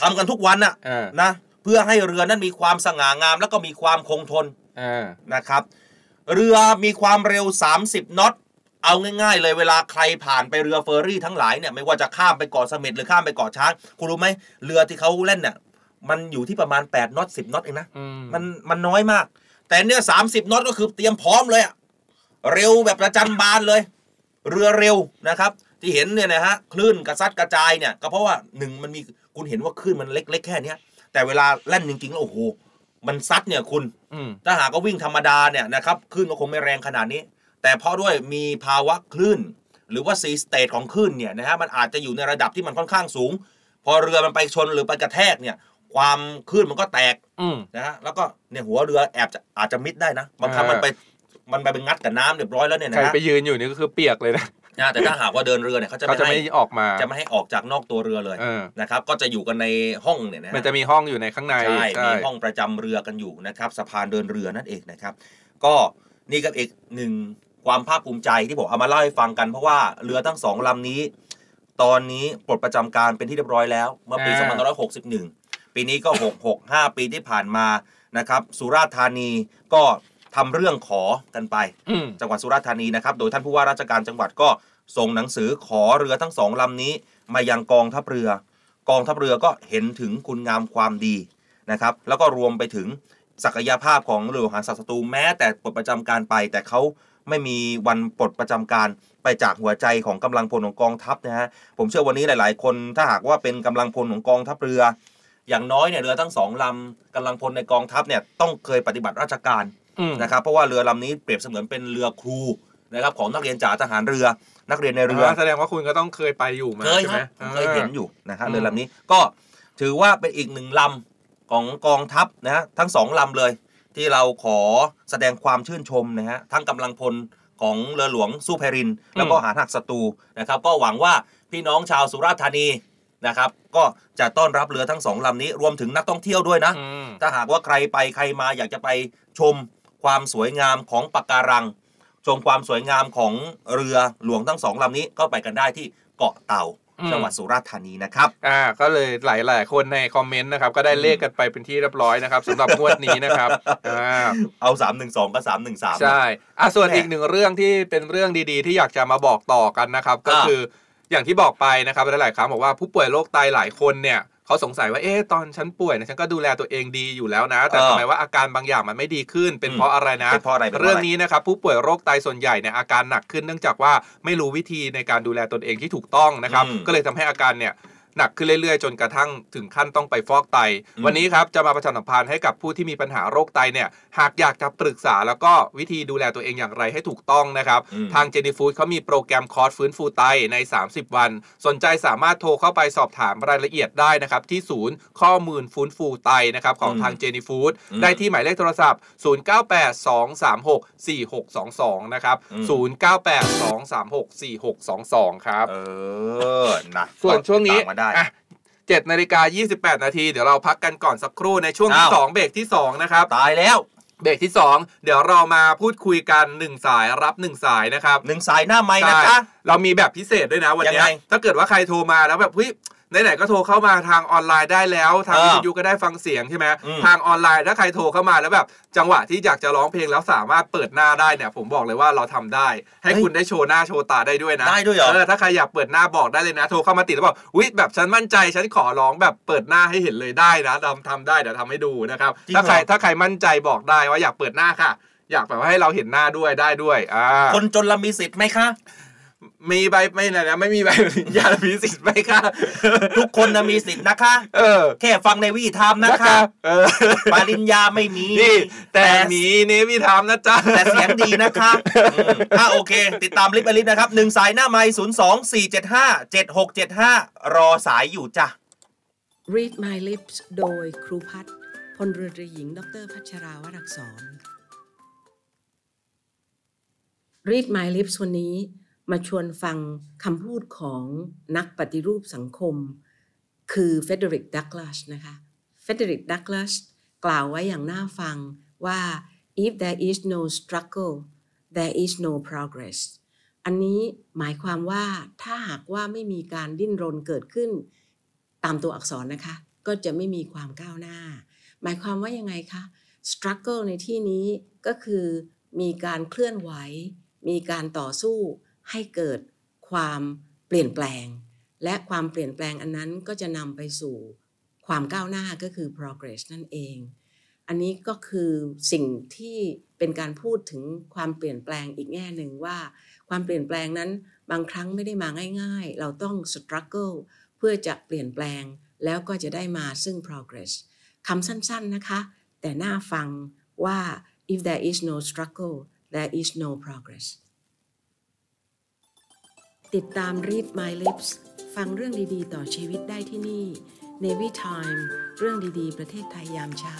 ทำกันทุกวันน่ะ
เออ
นะเพื่อให้เรือนั้นมีความสง่างาม แล้วก็มีความคงทน
เออ
นะครับ เรือมีความเร็ว 30น็อตเอาง่าย ๆ เลยเวลาใครผ่านไปเรือเฟอร์รี่ทั้งหลายเนี่ยไม่ว่าจะข้ามไปเกาะเสม็ดหรือข้ามไปเกาะช้าง คุณรู้ไหมเรือที่เขาเล่นเนี่ยมันอยู่ที่ประมาณ8น็อต10น็อตเองนะ
อืม
มันมันน้อยมาก แต่เนี่ยสามสิบน็อตก็คือเตรียมพร้อมเลยอะเร็วแบบประจันบานเลย เรือเร็วนะครับ ที่เห็นเนี่ยนะฮะคลื่นกระซัดกระจายเนี่ยก็เพราะว่าหนึ่งมันมีคุณเห็นว่าคลื่นมันเล็กๆแค่เนี้ยแต่เวลาแล่นจริงๆแล้วโอ้โหมันซัดเนี่ยคุณ
อืม
ถ้าหากก็วิ่งธรรมดาเนี่ยนะครับคลื่นก็คงไม่แรงขนาดนี้ แต่เพราะด้วยมีภาวะคลื่น หรือว่าซีสเตทของคลื่นเนี่ยนะฮะมันอาจจะอยู่ในระดับที่มันค่อนข้างสูง พอเรือมันไปชนหรือไปกระแทกเนี่ยความคลื่นมันก็แตก
อืม
นะฮะแล้วก็เนี่ยหัวเรือแอบจะอาจจะมิดได้นะบางครั้ง
เออ
มันไปมันไปเป็นงัดกับน้ำเรียบร้อยแล้วเนี่ย
ใคร
นะฮะ
ไปยืนอยู่นี่ก็คือเปียกเลยนะ
นะแต่ถ้าหากว่าเดินเรือเนี่ยเขาจะ
เขาจะ
ไม่
ไม่
ให้
ออกมา
จะไม่ให้ออกจากนอกตัวเรือเลย
เออ
นะครับ ก็จะอยู่กันในห้องเนี่ยนะฮะ
มันจะมีห้องอยู่ในข้างใน
ใช่มีห้องประจำเรือกันอยู่นะครับสะพานเดินเรือนั่นเองนะครับ ก็นี่ก็อีกหนึ่งความภาคภูมิใจที่ผมเอามาเล่าให้ฟังกันเพราะว่าเรือทั้งสองลำนี้ ตอนนี้ปลดประจำการเป็นที่เรียบร้อยแล้ว เมื่อปี2561 ปีนี้ก็ 665 ปีที่ผ่านมานะครับ สุราษฎร์ธานีก็ทำเรื่องขอกันไป
อืม
จังหวัดสุราษฎร์ธานีนะครับ โดยท่านผู้ว่าราชการจังหวัดก็ส่งหนังสือขอเรือทั้งสองลำนี้ มายังกองทัพเรือ กองทัพเรือก็เห็นถึงคุณงามความดีนะครับ แล้วก็รวมไปถึงศักยภาพของเรือหลวงหางสัตว์ศัตรูแม้แต่ปลดประจำการไป แต่เขาไม่มีวันปลดประจำการไปจากหัวใจของกำลังพลของกองทัพนะฮะผมเชื่อวันนี้หลาย ๆ คนถ้าหากว่าเป็นกำลังพลของกองทัพเรือ อย่างน้อยเนี่ยเรือทั้งสองลำกำลังพลในกองทัพเนี่ยต้องเคยปฏิบัติราชการ
อืม
นะครับเพราะว่าเรือลำนี้เปรียบเสมือนเป็นเรือครูนะครับของนักเรียนจ่าทหารเรือ นักเรียนในเรือ
แสดงว่าคุณก็ต้องเคยไปอยู่มา
เคยค
ใช่ไห
รับ
ม
ผมเคยเห็นอยู่นะฮะเรือลำนี้ก็ถือว่าเป็นอีกหนึ่งลำของกองทัพนะฮะทั้งสองลำเลย ที่เราขอแสดงความชื่นชมนะฮะทั้งกำลังพลของเรือหลวงสู้ไพริน แล้วก็หารหักศัตรูนะครับ ก็หวังว่าพี่น้องชาวสุราษฎร์ธานีนะครับ ก็จะต้อนรับเรือทั้งสองลำนี้รวมถึงนักท่องเที่ยวด้วยนะ
อืม
ถ้าหากว่าใครไปใครมาอยากจะไปชมความสวยงามของปะการัง ชมความสวยงามของเรือหลวงทั้งสองลำนี้ก็ไปกันได้ที่เกาะเต่าจังหวัดสุราษฎร์ธานีนะครับ
อ่าก็เลยหลายๆคนในคอมเมนต์นะครับ ก็ได้เลขกันไปเป็นที่เรียบร้อยนะครับสำหรับงวดนี้ นะครับอ่า
เอา 3 1 2 ก็ 3 1 3
ใช่อ่ะส่วน
แหม่
อีกหนึ่งเรื่องที่เป็นเรื่องดีๆ ที่อยากจะมาบอกต่อกันนะครับ ก็
อ่า
คืออย่างที่บอกไปนะครับหลายๆครั้งบอกว่าผู้ป่วยโรคไตหลายคนเนี่ยเขาสงสัยว่าเอ๊ะตอนฉันป่วยเนี่ยฉันก็ดูแลตัวเองดีอยู่แล้วนะ แต่ทำไมว่าอาการบางอย่างมันไม่ดีขึ้นเป็นเพราะอะไรนะ
เป็นเพราะอะไรป็พาะะไ
เรื่องนี้นะครับผู้ป่วยโรคไตส่วนใหญ่เนี่ยอาการหนักขึ้นเนื่องจากว่าไม่รู้วิธีในการดูแลตนเองที่ถูกต้องนะครับ
อืม
ก็เลยทำให้อาการเนี่ยหนักขึ้นเรื่อยๆ จนกระทั่งถึงขั้นต้องไปฟอกไต
อืม
วันนี้ครับจะมาประชาสัมพันธ์ให้กับผู้ที่มีปัญหาโรคไตเนี่ยหากอยากจะปรึกษาแล้วก็วิธีดูแลตัวเองอย่างไรให้ถูกต้องนะครับ
อืม
ทางเจนีฟูดเขามีโปรแกรมคอร์สฟื้นฟูไตใน 30 วัน สนใจสามารถโทรเข้าไปสอบถามรายละเอียดได้นะครับ ที่ศูนย์ข้อมูลฟื้นฟูไตนะครับของ
อืม
ทางเจนีฟูด
อืม
ได้ที่หมายเลขโทรศัพท์ 0982364622 นะครับ
อืม
0982364622 ครับ
เออนะ
ส่วนช่วงนี้
ตามมาได้
อ่ะ7นาฬิกา28 นาที เดี๋ยวเราพักกันก่อนสักครู่ในช่วงที่
อ้าว
สองเบรกที่สองนะครับ
ตายแล้ว
เบรกที่สองเดี๋ยวเรามาพูดคุยกันหนึ่งสายรับหนึ่งสายนะครับ
หนึ่งสายหน้าไม้นะ
ใช่
จ๊ะ
เรามีแบบพิเศษด้วยนะวัน
ยัง
เนี้ย
ไง
ถ้าเกิดว่าใครโทรมาแล้วแบบเฮ้ย ไหนๆก็โทรเข้ามาทางออนไลน์ได้แล้วทาง
เออ
วิทยุก็ได้ฟังเสียงใช่ไหม
อืม
ทางออนไลน์ถ้าใครโทรเข้ามาแล้วแบบจังหวะที่อยากจะร้องเพลงแล้วสามารถเปิดหน้าได้เนี่ยผมบอกเลยว่าเราทำได้ ให้คุณได้โชว์หน้าโชว์ตาได้ด้วยนะ
ได้ด้วยเหรอ
เออถ้าใครอยากเปิดหน้าบอกได้เลยนะ โทรเข้ามาติดแล้วบอกอุ๊ยแบบฉันมั่นใจฉันขอร้องแบบเปิดหน้าให้เห็นเลยได้นะทำทำได้เดี๋ยวทำให้ดูนะครับ
จริงเหรอ
ถ้าใครถ้าใครมั่นใจบอกได้ว่าอยากเปิดหน้าค่ะ อยากแบบว่าให้เราเห็นหน้าด้วยได้ด้วยอ่า
คนจนเรามีสิทธิ์ไหม คะ
มีใบไม่นะนะไม่มีใบอนุญาตมีสิทธิ์ไหมคะ
ทุกคนนะมีสิทธิ์นะคะ
เออ
แค่ฟังในวิธีทำนะ
ค
คะ
เออ
ปริญญาไม่มี
นี่แต่หมีนี่พี่ทำนะจ๊ะ
แต่เสียงดีนะคะอืมอ่ะโอเค ติดตามลิฟต์อลิฟต์นะครับหนึ่งสายหน้าไม้ศูนย์สองสี่เจ็ดห้าเจ็ดหกเจ็ดห้ารอสายอยู่จ้ะ
Read My Lips โดยครูพัฒน์พลเรือตรีหญิง ดรพัชราวรักษร Read My Lips วันนี้มาชวนฟังคำพูดของนักปฏิรูปสังคม คือเฟเดริกดักล s สนะคะเฟเดริกดักล s สกล่าวไว้อย่างน่าฟังว่า if there is no struggle there is no progress อันนี้หมายความว่าถ้าหากว่าไม่มีการดิ้นรนเกิดขึ้น ตามตัวอักษรนะคะ ก็จะไม่มีความก้าวหน้า หมายความว่ายังไงคะ struggle ในที่นี้ก็คือมีการเคลื่อนไหว มีการต่อสู้ให้เกิดความเปลี่ยนแปลง และความเปลี่ยนแปลงอันนั้นก็จะนำไปสู่ความก้าวหน้าก็คือ progress นั่นเอง อันนี้ก็คือสิ่งที่เป็นการพูดถึงความเปลี่ยนแปลงอีกแง่หนึ่งว่า ความเปลี่ยนแปลงนั้นบางครั้งไม่ได้มาง่ายๆ เราต้อง struggle เพื่อจะเปลี่ยนแปลงแล้วก็จะได้มาซึ่ง progress คำสั้นๆนะคะ แต่น่าฟังว่า if there is no struggle there is no progress ติดตาม Read My Lips ฟังเรื่องดีๆ ต่อชีวิตได้ที่นี่ Navy Time เรื่องดีๆ ประเทศไทยยามเช้า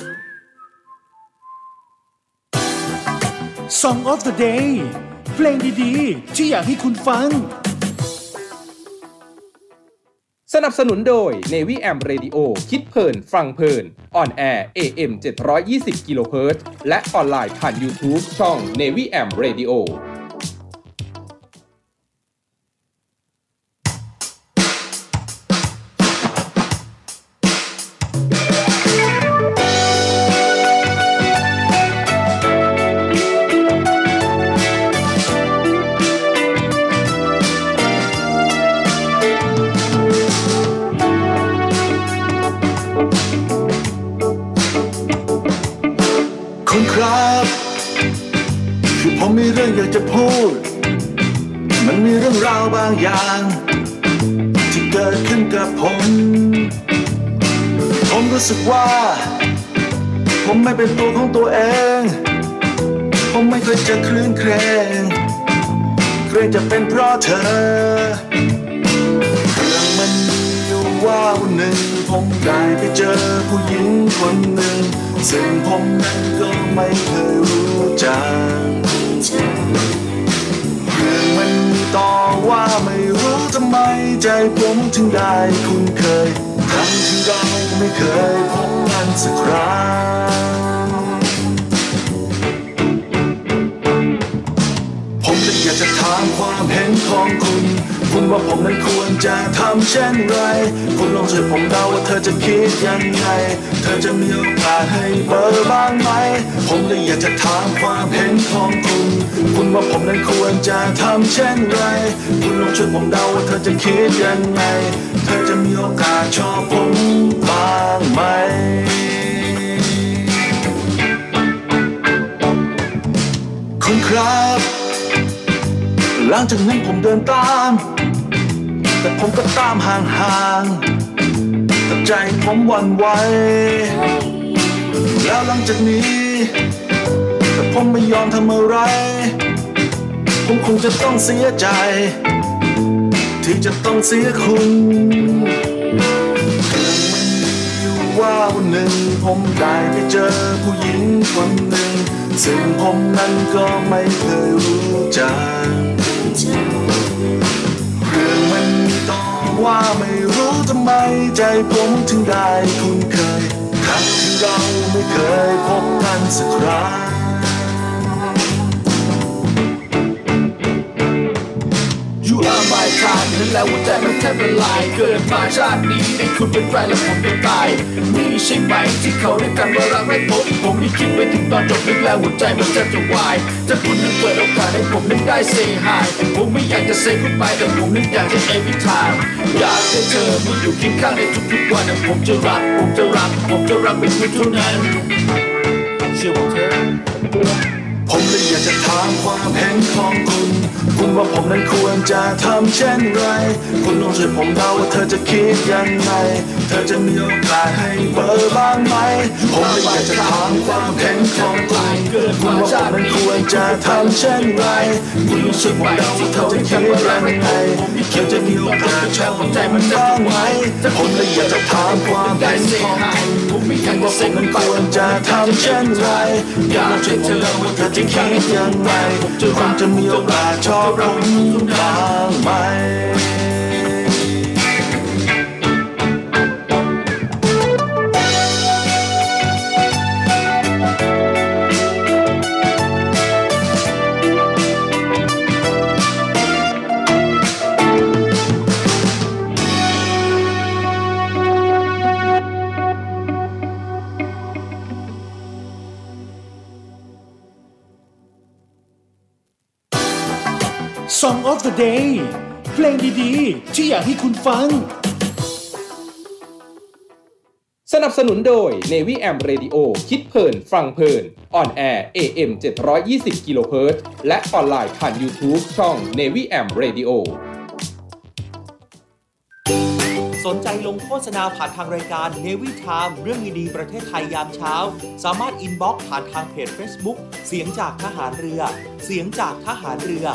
Song of the Day เพลงดีๆ ที่อยากให้คุณฟัง
สนับสนุนโดย Navy AM Radio คิดเพลิน ฟังเพลิน ออนแอร์ AM 720กิโลเฮิรตซ์และออนไลน์ผ่าน YouTube ช่อง Navy AM Radio
คุณครับ คือผมมีเรื่องอยากจะพูด มันมีเรื่องราวบางอย่าง ที่เกิดขึ้นกับผม ผมรู้สึกว่า ผมไม่เป็นตัวของตัวเอง ผมไม่เคยจะคลื่นเครงเกรงจะเป็นเพราะเธอ เรื่องมันมีอยู่ว่าวันหนึ่งผมได้ไปเจอผู้หญิงคนหนึ่ง ซึ่งผมนั้นก็ไม่เคยรู้จักเรื่องมันมีต่อว่าไม่รู้ทำไมใจผมถึงได้คุ้นเคยทั้งที่เราไม่เคยพบกันสักครั้ง ผมเลยอยากจะถามความเห็นของคุณ คุณว่าผมนั้นควรจะทำเช่นไร คุณลองช่วยผมเดาว่าเธอจะคิดยังไง เธอจะมีโอกาสให้เบอร์บ้างไหม ผมเลยอยากจะถามความเห็นของคุณ คุณว่าผมนั้นควรจะทำเช่นไร คุณลองช่วยผมเดาว่าเธอจะคิดยังไง เธอจะมีโอกาสชอบผมบ้างไหม คุณครับ หลังจากนั้นผมเดินตาม แต่ผมก็ตามห่างๆแต่ใจผมหวั่นไหว แล้วหลังจากนี้ แต่ผมไม่ยอมทำอะไร ผมคงจะต้องเสียใจ ที่จะต้องเสียคุณ อยู่ว่าวันหนึ่งผมได้ไปเจอผู้หญิงคนหนึ่ง ซึ่งผมนั้นก็ไม่เคยรู้จักเรื่องมันมีต่อว่าไม่รู้ทำไมใจผมถึงได้คุ้นเคยทั้งที่เราไม่เคยพบกันสักครั้ง You are my ปลายทางนั่นแหละหัวใจมันแทบละลายเกิดมาชาตินี้ได้คุณเป็นแฟนและผมเป็นตายนี่ใช่ไหมที่เขาเรียกกันว่ารักไม่พบผมนี่คิดไปถึงตอนจบนึกแล้วหัวใจมันแทบจะวายถ้าคุณนึกเปิดโอกาสให้ผมนึกได้เซฮายผมไม่อยากจะเซกุ๊บายแต่ผมนึกอยากจะเอวิทาอยากให้เธอมาอยู่เคียงข้างในทุกๆวันผมจะรักผมจะรักผมจะรักเป็นคุณเท่านั้นเชื่อผมเถอะ ผมเลยอยากจะถามความเห็นของคุณ คุณว่าผมนั้นควรจะทำเช่นไร คุณลองช่วยผมเดาว่าเธอจะคิดยังไง เธอจะมีโอกาสให้เบอร์บ้างไหม ผมเลยอยากจะถามความเห็นของคุณคุณว่าผมนั้นควรจะทำเช่นไร คุณรู้สึกว่าเราเธอจะคิดยังไงเธอจะมีโอกาสช่วยผมใจมันบ้างไหมผมเลยอยากจะถามความเห็นของคุณผมไม่อยากจะเซ็งมันควรจะทำเช่นไร อยากจะเธอว่าเธอจะคิดยังไงจะคงจะมีโอกาสชอบเราบ้างไหม
Song of the Day เพลงดีๆ ที่อยากให้คุณฟัง
สนับสนุนโดย Navy AM Radio คิดเพลิน ฟังเพลิน ออนแอร์ AM 720กิโลเฮิรตซ์และออนไลน์ผ่าน YouTube ช่อง Navy AM Radio
สนใจลงโฆษณาผ่านทางรายการ Navy Time เรื่องดีๆประเทศไทยยามเช้า สามารถอินบ็อกซ์ผ่านทางเพจ Facebook เสียงจากทหารเรือ เสียงจากทหารเรือ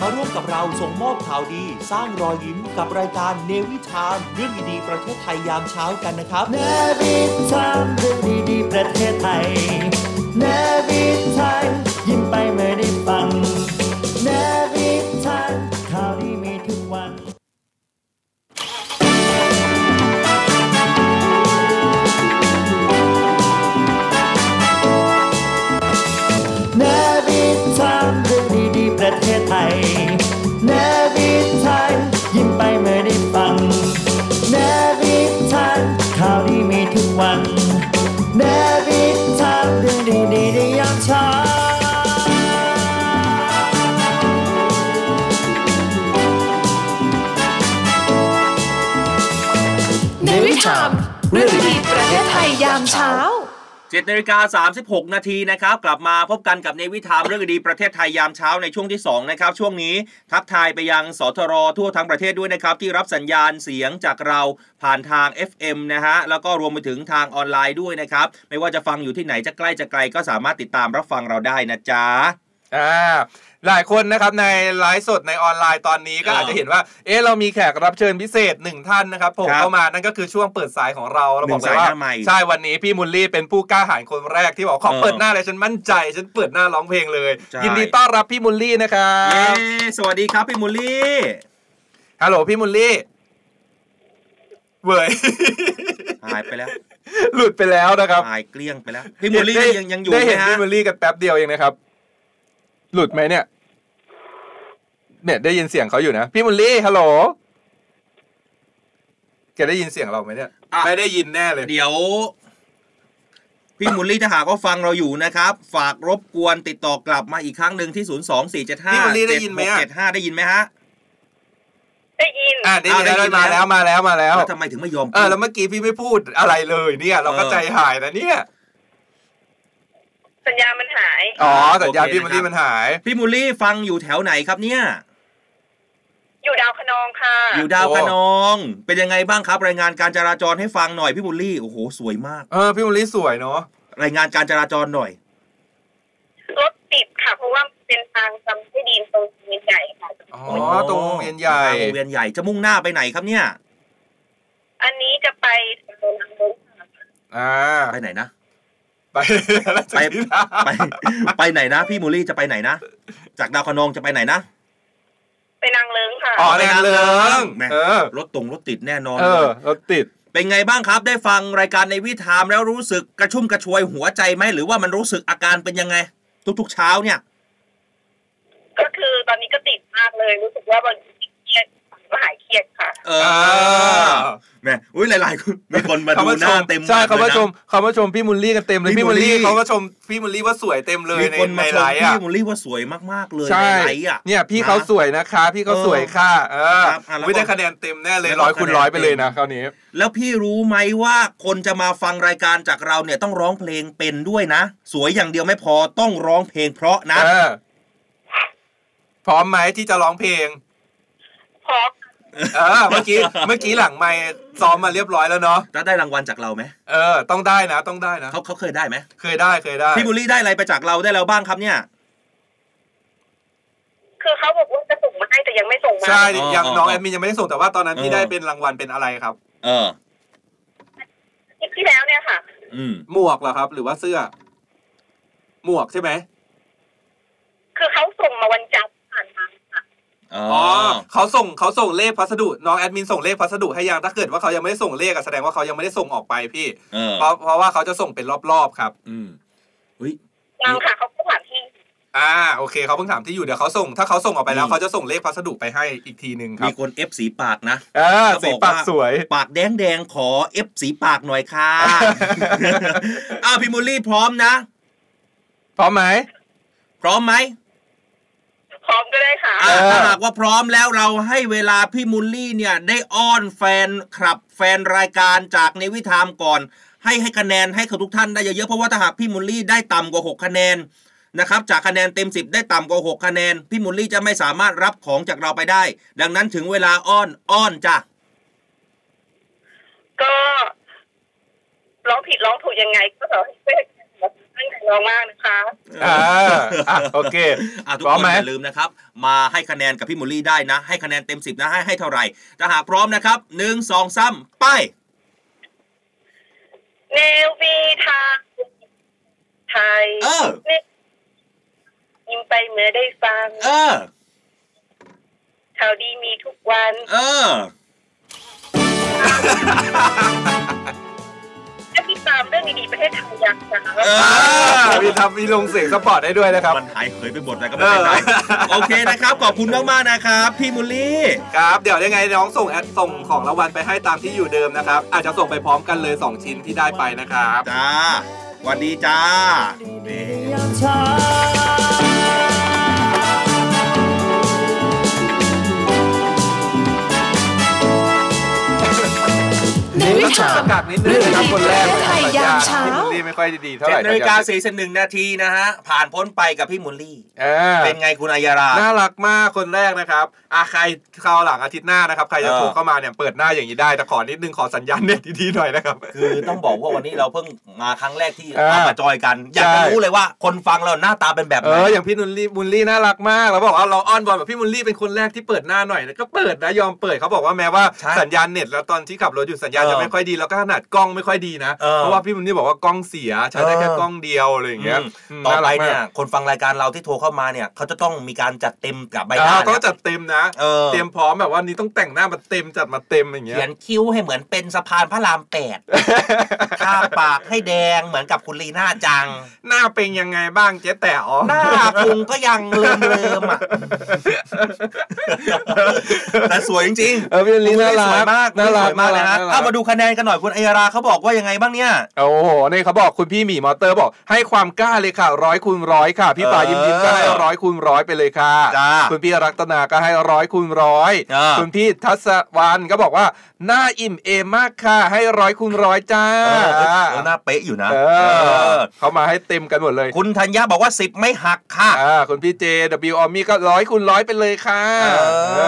มาร่วมกับเราส่งมอบข่าวดี สร้างรอยยิ้มกับรายการ Navy Time เรื่องดีๆประเทศไทยยามเช้ากันนะครับ
Navy Time เรื่องดีๆประเทศไทย Navy Time ยิ้มไปเมื่อได้ฟัง Navy Time ข่าวดีมีทุกวัน Navy Time เรื่องดีๆประเทศไทย Navy Time ยิ้มไปเมื่อได้ฟัง Navy Time ข่าวดีมีทุกวัน Navy Time เรื่องดีๆในยามเช้า
ในวิชามเรื่องดีๆประเทศไทยยามเช้า
7นาฬิกา36 นาทีนะครับ กลับมาพบกันกับในวิถามเรื่องดีๆประเทศไทยยามเช้าในช่วงที่ 2 นะครับ ช่วงนี้ทักทายไปยังสทรทั่วทั้งประเทศด้วยนะครับ ที่รับสัญญาณเสียงจากเราผ่านทาง FM นะฮะ แล้วก็รวมไปถึงทางออนไลน์ด้วยนะครับ ไม่ว่าจะฟังอยู่ที่ไหนจะใกล้จะไกลก็สามารถติดตามรับฟังเราได้นะจ๊ะ
อ่าหลายคนนะครับในไลฟ์สดในออนไลน์ตอนนี้ก็
อ่า
อาจจะเห็นว่า เอ๊ะเรามีแขกรับเชิญพิเศษหนึ่งท่านนะครับผม
ครับ
เข้ามานั่นก็คือช่วงเปิดสายของเราเราบอกเล
หนึ่งสาย
ยว่า
หน้าไมค์
ใช่วันนี้พี่มุลลี่เป็นผู้กล้าหาญคนแรกที่บอกขอ
เออ
เปิดหน้าเลยฉันมั่นใจ ฉันเปิดหน้าร้องเพลงเลย
ใช่
ยินดีต้อนรับพี่มุลลี่นะครับ
เย้สวัสดีครับพี่มูลลี่
ฮัลโหลพี่มุลลี่เว้ย
หายไปแล้ว
หลุดไปแล้วนะครับ
หายเกลี้ยงไปแล้ว พี่มูลลี่
ได้
ยังยังอยู่
ได้
ไหม
เห็น
ฮะ
พี่มุลลี่กันแป๊บเดียวเองนะครับ หลุดไหมเนี่ย เนี่ยได้ยินเสียงเขาอยู่นะพี่มุลลี่ฮัลโหลแกได้ยินเสียงเราไหมเนี่ย
อ่ะ
ไม่ได้ยินแน่เลย
เดี๋ยว พี่มุลลี่ถ้าหากว่าฟังเราอยู่นะครับ ฝากรบกวนติดต่อกลับมาอีกครั้งหนึ่งที่ 0 2 4 7 5
พี่มุลลี่ได้ยินไหมอะ
7 6 7 5 ได้ยินไหมฮะ
ได้ยิน
อ่ะได้ยิน
อ้าวได้ยิน
มา
แล้
แล้ว วมาแล้วมาแล้ว
แล้วทำไมถึงไม่ยอม
เออแล้วเมื่อกี้พี่ไม่พูดอะไรเลยเนี่ย เราก็ใจหายนะเนี่ย
สัญญามันหาย
อ๋อสัญญาณพี่มุลลี่มันหาย
พี่มุลลี่ฟังอยู่แถวไหนครับเนี่ย
อยู่ดาวคะนองค่ะ
อยู่ดาวคะนอง เป็นยังไงบ้างครับ รายงานการจราจรให้ฟังหน่อยพี่มุลลี่ โอ้โห สวยมาก
เออพี่มุลลี่สวยเนาะ
รายงานการจราจรหน่อย
รถติดค่ะ เพราะว่าเป็นทางจำที่ดินตรงนี้ใหญ่ค่ะ
อ๋อตรงวงเวียนใหญ่
ตรงวงเวียนใหญ่จะมุ่งหน้าไปไหนครับเนี่ย
อันนี้จะไปทางลังนุ้
อ่า
ไปไหนนะ
ไป
ไปไปไปไหนนะ พี่มูลลี่จะไปไหนนะ จากดาวคะนองจะไปไหนนะ
ไปนางเลิงค่ะ
อ๋อแรงเลิง
แหม่
เออ
รถตรงรถติดแน่นอน
เออ
ลย
รถติด
เป็นไงบ้างครับ ได้ฟังรายการในวิถามแล้วรู้สึกกระชุ่มกระชวยหัวใจไหมหรือว่ามันรู้สึกอาการเป็นยังไง ทุกๆเช้าเนี่ย
ก็คือตอนนี้ก็ติด มากเลย รู้สึกว่าบางทีเครียดก็หายเครียดค่ะ
เออแหมอุ้ยหลายๆคนมีคนมาดูหน้าเต็ม
ใช่คำว่าชม
เลยน
คำว่าชมพี่มุลลี่กันเต็มเลย
พี่
พี่
มุ
มุ
ล
ล
ลี่
ลี่เขาก็ชมพี่มุลลี่ว่าสวยเต็มเลย
มี
ใน
คน
ใน
มาชม
ไลน์อ่ะ
พี่มุลลี่ว่าสวยมากๆเลย
ใช่
ในไลน์อะ
เนี่ยพี่เขาสวยนะคะ พี่เขาสวยค่ะเออไม่ได้คะแนนเต็มแน่เลย
แล้วก็
ร้อยคูณ
คะแนน
ร้อยไปเลย
เต็ม
นะคราวนี้
ะแล้วพี่รู้ไหมว่าคนจะมาฟังรายการจากเราเนี่ยต้องร้องเพลงเป็นด้วยนะ สวยอย่างเดียวไม่พอต้องร้องเพลงเพราะนะ
เออ พร้อมไหมที่จะร้องเพลง
พร้อม
เออเมื่อกี้ เมื่อกี้หลังไม่ซ้อมมาเรียบร้อยแล้วเนาะ
แล้วได้รางวัลจากเราไหม
เออ ต้องได้นะต้องได้นะ
เขาเขาเคยได้ไหม
เคยได้เคยได้
พี่บุลลี่ได้อะไรไปจากเราได้แล้วบ้างครับเนี่ย
คือเขาบอกว่าจะส่งมาให้แต่ยังไม่ส่งมา
ใช่
อ๋อ
ยัง
อ๋อ
น้อง
อ๋อ
แอดมินยังไม่ได้ส่งแต่ว่าตอนนั้น
เออ
พี่ได้เป็นรางวัลเป็นอะไรครับ
เออ
อาทิตย์ที่แล้วเนี่ยค่ะ
อืม
หมวกเหรอครับ หรือว่าเสื้อ หมวกใช่ไหม
คือเขาส่งมาวันจันทร์ผ่านมาค่ะ
อ๋อ
อ๋อเขาส่งเขาส่งเลขพัสดุน้องแอดมินส่งเลขพัสดุให้ยังถ้าเกิดว่าเขายังไม่ได้ส่งเลขอะแสดงว่าเขายังไม่ได้ส่งออกไปพี่
เออ
เพราะเพราะว่าเขาจะส่งเป็นรอบๆครับ
อืม
ยังค่ะเขาก็ผ่านที่
อ่าโอเคเขาเพิ่งถามที่อยู่เดี๋ยวเขาส่งถ้าเขาส่งออกไปแล้
อื
ว
ม
เขาจะส่งเลขพัสดุไปให้อีกทีหนึ่งครั
มี
บ
คนเอฟสีปากนะ
อ่า
เข
สี
บอก
ปากสวย
ปากแดงแดงๆขอเอฟสีปากหน่อยค่ะ อ่าพี่บุลลี่พร้อมนะ
พร้อมไหม
พร้อมไหม
พร้อมก็ได้ค่ะ
อ่ะ
เออ
ถ้าหากว่าพร้อมแล้วเราให้เวลาพี่มุลลี่เนี่ย ได้อ้อนแฟนคลับแฟนรายการจากในวิธามก่อน ให้ให้คะแนนให้กับทุกท่านได้เยอะๆเพราะว่าถ้าหากพี่มุลลี่ได้ต่ำกว่า 6 คะแนนนะครับ จากคะแนนเต็ม 10 ได้ต่ำกว่า 6 คะแนน พี่มุลลี่จะไม่สามารถรับของจากเราไปได้ ดังนั้นถึงเวลาอ้อนอ้อนจ้ะ
ก็ร้องผิดร้องถูกยังไง ก็ขอให้ช่วยกันตั้งใจร้องมากนะคะ
อ่าอ่ะโอเค
อ่ะทุก
พร้
ค
อม
น
ไหม
อย่าลืมนะครับ มาให้คะแนนกับพี่มุลลี่ได้นะ ให้คะแนนเต็ม 10นะให้ให้เท่าไหร่ถ้าหากพร้อมนะครับหนึ่งสองสามไป
เนวีทางไทย
เออ
นี่ยิ้มไปเมื่อได้ฟัง
เออ
ข่าวดีมีทุกวัน
เออ
และติดตามเรื่องดีๆประเทศไทยยังนะคะ
เออ
อ่ามีทำมีลงเสียงสปอร์ตได้ด้วยนะครับ
มันหายเผยไปหมดแล้วก็ไม่เป็นไร โอเคนะครับ ขอบคุณมาก ๆ นะครับ พี่มุลลี่
ครับเดี๋ยวยังไงน้องส่งแอดส่งของรางวัลไปให้ตามที่อยู่เดิมนะครับ อาจจะส่งไปพร้อมกันเลย 2 ชิ้นที่ได้ไปนะครับ
จ้าสวัสดีจ้า
ยามเช้า
ในวิชาม
กักนิดนึงนะครับคนแรก
ไทยยามเช้า
ที่มันรีบไม่ค่อยดีๆเท่าไห
เจ็ด
ร่
นาฬิกาสี่สิบหนึ่งนาทีนะฮะ ผ่านพ้นไปกับพี่มุลลี่
เออ
เป็นไงคุณอายารา
น่ารักมากคนแรกนะครับอ่ะใครคราวหลังอาทิตย์หน้านะครับ ใครจะ
เออ
โทรเข้ามาเนี่ยเปิดหน้าอย่างนี้ได้แต่ขอนิดนึงขอสัญญาณเน็ตดีๆหน่อยนะครับ
คือต้องบอกว่าวันนี้เราเพิ่งมาครั้งแรกที่
อ่า
เอามาจอยกัน อยากจะ
ใช่
รู้เลยว่าคนฟังเราหน้าตาเป็นแบบ
เอ
ไหน
ออย่างพี่นุลลี่มุลลี่น่ารักมากแล้วบอกว่าเราอ้อนบอลแบบพี่มุลลี่เป็นคนแรกที่เปิดหน้าหน่อยนะก็เปิดนะยอมเปิดเขาบอกว่าแม้ว่า
ใช่
สัญญาณเน็ตแล้วตอนที่ขับรถอยู่สัญญาณ
เออ
จะไม่ค่อยดีแล้วก็ขนาดกล้องไม่ค่อยดีนะ
เออ
เพราะว่าพี่มุลลี่บอกว่ากล้องเสียใช้ได้แค่
เออ
กล้องเดียวอะไรอย่างเงี้ยม
ต่อไป
ารัก
เนี่ย
มาก
คนฟังรายการเราที่โทรเข้ามาเนี่ยเขาจะต้องมีการจัดเต็มกับใบหน้า
เออต้อง
เนี่ย
จัดเต็มนะ
เออ
เตรียมพร้อมแบบว่านี้ต้องแต่งหน้ามาเต็มจัดมาเต็มอย่างเงี้ย
เขียนคิ้วให้เหมือนเป็นสะพานพระรามแปด ทาปากให้แดงเหมือนกับคุณลีน่าจัง
หน้าเป็นยังไงบ้างเจ๊แต๋ว
หน้าพุงก็ยังเลิม ๆอ่ะ แต่สวยจริง
เออพี่นุลลี่น่ารั
สวย
ก
มาก
น่ารัก
สวยมากเลยฮะ
น่รัก
เอามาดูคะแนนกันหน่อยคุณไอยาราเขาบอกว่ายังไงบ้างเนี่ย
โอ้โหนี่เขาบอกคุณพี่หมีมอเตอร์บอก ให้ความกล้าเลยค่ะร้อยคูณร้อยค่ะ พี่ป่า
เออ
ยิ้มยิ้มก็ให้ร้อยคูณร้อยไปเลยค่ะ
จ้า
คุณพี่รักตนาก็ให้ร้อยคูณร้อย
อ่า
คุณพี่ทัศวรรณก็บอกว่าหน้าอิ่มเอมมากค่ะ ให้ร้อยคูณร้อยจ้า
เออเออเออหน้าเป๊ะอยู่นะ
เออ
เออ
เขามาให้เต็มกันหมดเลย
คุณธัญญาบอกว่าสิบไม่หักค่ะ
อ่าคุณพี่เจ W ออมมี่ก็ร้อยคูณร้อยไปเลยค่ะ
เอ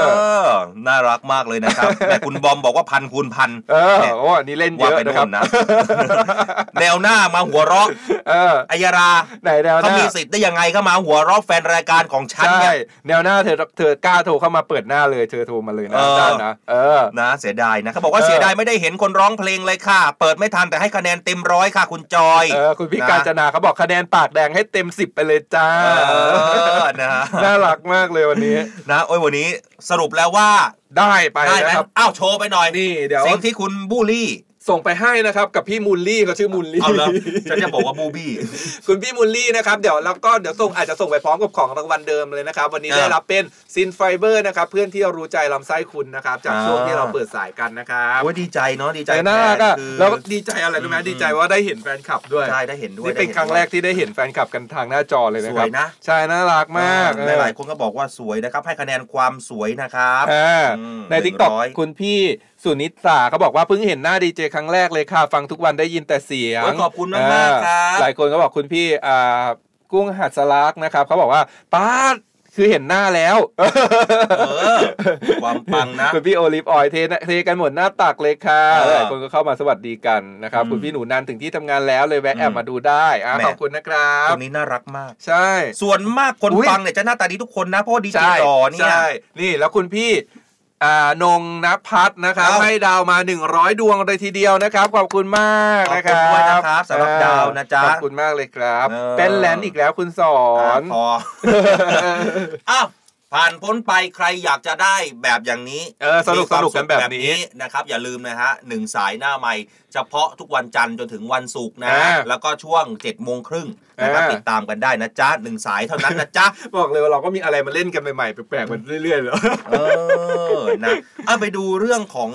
อน่ารักมากเลย นะครับ แต่คุณบอมบอกว่าพันคูณพัน
เออโอ้อันนี้เล่นเย
ว่า
อะ
ไป
นะ
โด
ครับ
นนะ แนวหน้ามาหัวเร้อง
เออ
อายารา
ไหนแนวห
เขา
น้า
มีสิทธิ์ได้ยังไงก็มาหัวเรอบแฟนรายการของฉัน
ใช่
เนี่ย
แนวหน้าเธอเธอกล้าโทรเข้ามาเปิดหน้าเลย เธอโทรมาเลยนะ
เออ
ด้านนะ เออ
นะเสียดายนะเขาบอกว่า
เออ
เสียดายไม่ได้เห็นคนร้องเพลงเลยค่ะ เปิดไม่ทันแต่ให้คะแนนเต็มร้อยค่ะ คุณจอย
เออ คุณพี่
นะ
กาญจนาเขาบอกคะแนนปากแดงให้เต็มสิบไปเลยจ้า
เออนะ
น่ารักมากเลยวันนี้
นะโอ้ยวันนี้สรุปแล้วว่า
ได้ไป
ได้ไหม
นะครับ
อ้าวโชว์ไปหน่อย
นี่เดี๋ยว
สิ่งที่คุณบูลลี่
ส่งไปให้นะครับกับพี่มูลลี่เขาชื่อมูลลี่
เอาแล้วจะจะบอกว่าบูบี้
คุณพี่มูลลี่นะครับเดี๋ยวแล้วก็เดี๋ยวส่งอาจจะส่งไปพร้อมกับของรางวัลเดิมเลยนะครับ วันนี้
ครับ
ได้รับเป็นซินไฟเบอร์นะครับเพื่อนที่รู้ใจลำไส้คุณนะครับจากช่วงที่เราเปิดสายกันนะครับ
ว่าดีใจเนาะดีใจ
แต่น่ารักอะ
แทนคือ
แล้วก็ดีใจอะไรรู้ไหมดีใจว่าได้เห็นแฟนคลับด้วย
ใช่ได้เห็นด้วย
นี่เป็
ได้
น
เห็นด้วย
ครั้งแรกที่ได้เห็นแฟนคลับกันทางหน้าจอเลย
ส
นะคว รับ
ยนะ
ใช่น่ารักมาก
อ่หลายๆคนก็บอกว่าสวยนะครับ ให้คะแนนความสวยนะครับ
อ่า
อืม
ในทิกตอก
หงร้ย
คุณพี่สุนิตาเขาบอกว่าเพิ่งเห็นหน้าดีเจครั้งแรกเลยค่ะฟังทุกวันได้ยินแต่เสียง
โอ้ยขอบคุณมากมากๆครั
อ่า
บ
หลายคนก็บอกคุณพี่อ่ากุ้งหัดสลักนะครับเขาบอกว่าป้าดคือเห็นหน้าแล้ว
ความปังนะ
คุณพี่โอลิฟออยล์เทนะเทกันหมดหน้าตักเลยค่ะ
เออ
หลายคนก็เข้ามาสวัสดีกันนะครับ
อืม
คุณพี่หนูนันถึงที่ทำงานแล้วเลยแวะแอบมาดูได้อ่ะ
แหม่
ขอบคุณนะครับ
คนนี้น่ารักมาก
ใช่
ส่วนมากคน
อุ๊ย
ฟังเนี่ยจะหน้าตาดีทุกคนนะเพราะว่าดีเจ
ใช่
หล่อเนี่ย
ใช่นี่แล้วคุณพี่อ่านงนภัทรนะครับ
ครับ
ให้ดาวมา 100 ดวงเลยทีเดียวนะครับขอบคุณมาก
ขอบ
นะค
คุณ
รั
ด้วยนะ
บ
ครับสำหรับดาวนะจ๊ะ
ขอบคุณมากเลยครับ
เออ
เป็นแลนด์อีกแล้วคุณสอน
พอ อ้าวผ่านพ้นไปใครอยากจะได้แบบอย่างนี้
เออสนุก
มีความ
สนุกกันแบบนี้
นะครับ อย่าลืมนะฮะหนึ่งสายหน้าใหม่เฉพาะทุกวันจันทร์จนถึงวันศุกร์นะ
อ่า
แล้วก็ช่วง7จ็ดโมงครึ่งนะครับ
อ่า
ติดตามกันได้นะจ๊ะหนึ่งสายเท่านั้นนะจ๊ะ
บอกเลยว่าเราก็มีอะไรมาเล่นกันใหม่ๆแปลกๆมันเรื่อยๆเหรอ
เออนะอ่ะไปดูเรื่องของ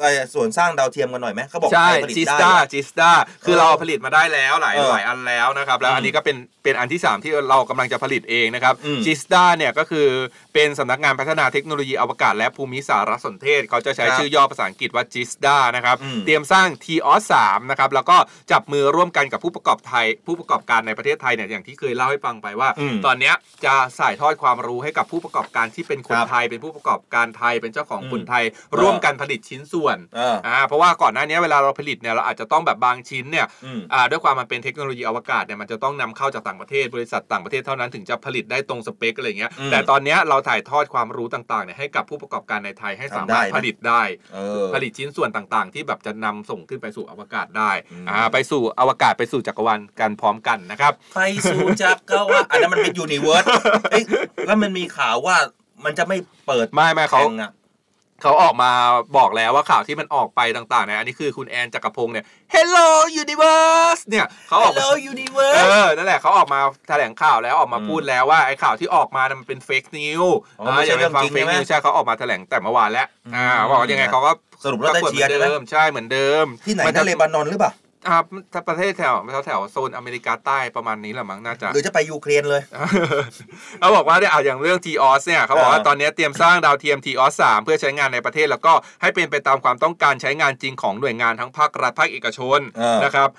เอ่อส่วนสร้างดาวเทียมกันหน่อยไหมเขาบอก
ใช่
ไทยผลิต
จิส
ได้
ตาจิสตาคือ
เออ
เราผลิตมาได้แล้วหลาย
เออ
หลายอันแล้วนะครับแล้วอันนี้ก็เป็นเป็นอันที่ 3 ที่เรากำลังจะผลิตเองนะครับ
อืม
จิสตาเนี่ยก็คือเป็นสำนักงานพัฒนาเทคโนโลยีอวกาศและภูมิสารสนเทศ เขาจะใช้
ครับ
ชื่อย่อภาษาอังกฤษว่าจิสตานะครับ
อืม
เตรียมสร้าง t ีออสามนะครับแล้วก็จับมือร่วมกันกับผู้ประกอบไทย ผู้ประกอบการในประเทศไทยเนี่ยอย่างที่เคยเล่าให้ฟังไปว่า
อืม
ตอนเนี้ยจะสายทอดความรู้ให้กับผู้ประกอบการที่เป็นคน
ครับ
ไทย เป็นผู้ประกอบการไทยเป็นเจ้าของ
อืม
คนไทย
เออ
ร่วมกันผลิตชิ้นส่วน
เออ
อ่าเพราะว่าก่อนหน้านี้เวลาเราผลิตเนี่ยเราอาจจะต้องแบบบางชิ้นเนี่ย
อืม
อ่าด้วยความมันเป็นเทคโนโลยีอวกาศเนี่ยมันจะต้องนำเข้าจากต่างประเทศบริษัทต่างประเทศเท่านั้นถึงจะผลิตได้ตรงสเปคอะไรเงี้ย
อืม
แต่ตอนเนี้ยเราถ่ายทอดความรู้ต่างๆเนี่ยให้กับผู้ประกอบการในไทยให้
ทำได้
สามารถ
ไหม
ผลิตได้
เออ
ผลิตชิ้นส่วนต่างๆ ที่แบบจะนำส่งขึ้นไปสู่อวกาศได้
อืม
อ่าไปสู่อวกาศไปสู่จักรวาลกันพร้อมกันนะครับ
ไปสู่จักรวาลอันนั้นมันเป็นยูนิเวิร์สเอ้ยแล้วมันมีข่าวว่ามันจะไม่เปิด
ไม่ไม่เขา
แข่งอะ
เขาออกมาบอกแล้วว่าข่าวที่มันออกไปต่างๆเนี่ยอันนี้คือคุณแอนจักรพงศ์เนี่ย Hello Universe เนี่ยเขาออกมา
Hello
เอ
Universe
อ นั่นแหละเขาออกมาแถลงข่าวแล้วออกมา
อืม
พูดแล้วว่าไอ้ข่าวที่ออกมาเนี่ยมันเป็นเฟกนิว
อ๋อไม่ใช่
อย่าไปฟั
เรื่องจ
ง
ริง
เฟกนิว
ใช่ไหม
ใช่เขาออกมาแถลงแต่เมื่อวานแล้ว
อืม
อ่าบอกว่ายังไงเขาก็
สรุปแล้วได้เชียร์
เหมือน
ใช่ไหม
เดิมใช่เหมือนเดิม
ที่ไหน
มั
นะเลบานอนหรือเปล่า
อ่าประเทศแถวแถวแถวโซนอเมริกาใต้ประมาณนี้แหละมั้งน่าจะ
หรือจะไปยูเครนเลย
เขาบอกว่าเนี่ยเอาอย่างเรื่อง t ีออสเนี่ยเขาบอกว่า
อ่า
ตอนนี้เตรียมสร้างดาวเทียม t ีออสามเพื่อใช้งานในประเทศ แล้วก็ให้เป็นไปตามความต้องการใช้งานจริงของหน่วยงานทั้งภาครัฐภาคเอกชน
อ่าน
นะครับ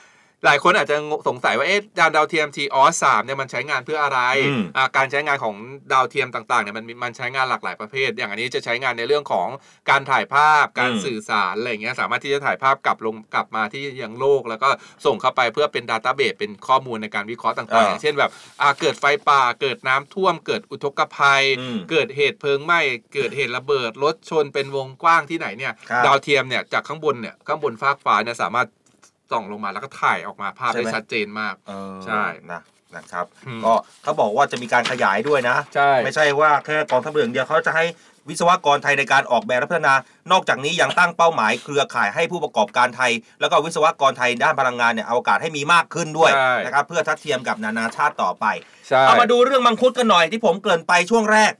หลายคนอาจจะงงสงสัยว่าเอ๊ะดาวดาวเทียม t ีออสามเนี่ยมันใช้งานเพื่ออะไร
อืม
อ่าการใช้งานของดาวเทียมต่างๆเนี่ยมันมีมันใช้งานหลากหลายประเภท อย่างอันนี้จะใช้งานในเรื่องของการถ่ายภาพการ
อืม
สื่อสารอะไรอย่างเงี้ยสามารถที่จะถ่ายภาพกลับลงกลับมาที่ยังโลก แล้วก็ส่งเข้าไปเพื่อเป็นดาต้าเบสเป็นข้อมูลในการวิเคราะห์ต่างๆอ
อ่า
ย่างเช่นแบบอ่าเกิดไฟป่าเกิดน้ำท่วม เกิดอุทกภัย
อืม
เกิดเหตุเพลิงไหม้เกิดเหตุระเบิดรถชนเป็นวงกว้างที่ไหนเนี่ย
ครับ
ดาวเทียมเนี่ยจากข้างบนเนี่ยข้างบนฟากฟ้าเนี่ยสามารถส่องลงมาแล้วก็ถ่ายออกมาภาพ
ใช่
ได้
ไหม
ชัดเจนมาก
เออ
ใช่
นะนะครับ
อืม
ก็เขาบอกว่าจะมีการขยายด้วยนะ
ใช่
ไม่ใช่ว่าแค่กองทัพเรืออย่างเดียวเขาจะให้วิศวกรไทยในการออกแบบและพัฒนา นอกจากนี้ยังตั้งเป้าหมายเครือข่ายให้ผู้ประกอบการไทย แล้วก็วิศวกรไทยด้านพลังงานเนี่ยเอาโอกาสให้มีมากขึ้นด้วย
ใช่
นะครับเพื่อทัดเทียมกับนานาชาติต่อไป
ใช่
เอามาดูเรื่องมังคุดกันหน่อยที่ผมเกริ่นไปช่วงแรก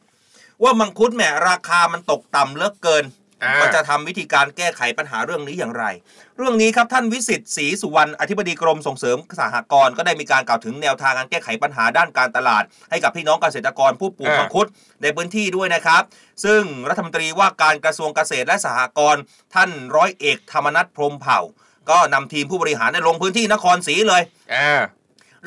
ว่ามังคุดแหมราคามันตกต่ำเหลือเกิน
อ่า
ก็จะทำวิธีการแก้ไขปัญหาเรื่องนี้อย่างไร เรื่องนี้ครับท่านวิสิทธิ์ศรีสุวรรณอธิบดีกรมส่งเสริมสหกรณ์ก็ได้มีการกล่าวถึงแนวทางการแก้ไขปัญหาด้านการตลาด ให้กับพี่น้องเกษตรกรผู้ปลูก
อ่า
มังคุดในพื้นที่ด้วยนะครับ ซึ่งรัฐมนตรีว่าการกระทรวงเกษตรและสหกรณ์ท่านร้อยเอกธรรมนัฐพรหมเผ่า ก็นำทีมผู้บริหารในยลงพื้นที่นครศรีเลย
อ่า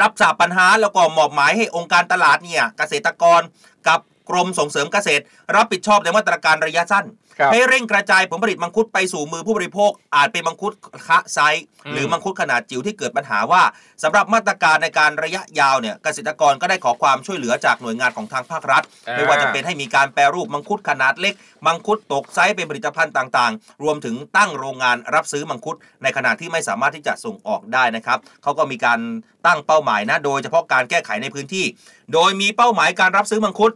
รับทราบปัญหาแล้วก็มอบหมายให้องค์การตลาดเนี่ยเกษตรกรกับกรมส่งเสริมเกษตร รับผิดชอบในมาตรการระยะสั้น
ครับ
ให้เร่งกระจายผลผลิตมังคุดไปสู่มือผู้บริโภค อาจเป็นมังคุดคะไซส์หรือมังคุดขนาดจิ๋วที่เกิดปัญหาว่าสำหรับมาตรการในการระยะยาวเนี่ยเกษตรกรก็ได้ขอความช่วยเหลือจากหน่วยงานของทางภาครัฐ ไม่ว่าจะเป็นให้มีการแปรรูปมังคุดขนาดเล็ก มังคุดตกไซส์เป็นผลิตภัณฑ์ต่างๆ รวมถึงตั้งโรงงานรับซื้อมังคุด ในขณะที่ไม่สามารถที่จะส่งออกได้นะครับเขาก็มีการตั้งเป้าหมายนะ โดยเฉพาะการแก้ไขในพื้นที่ โดยมีเป้าหมายการรับซื้อมังคุด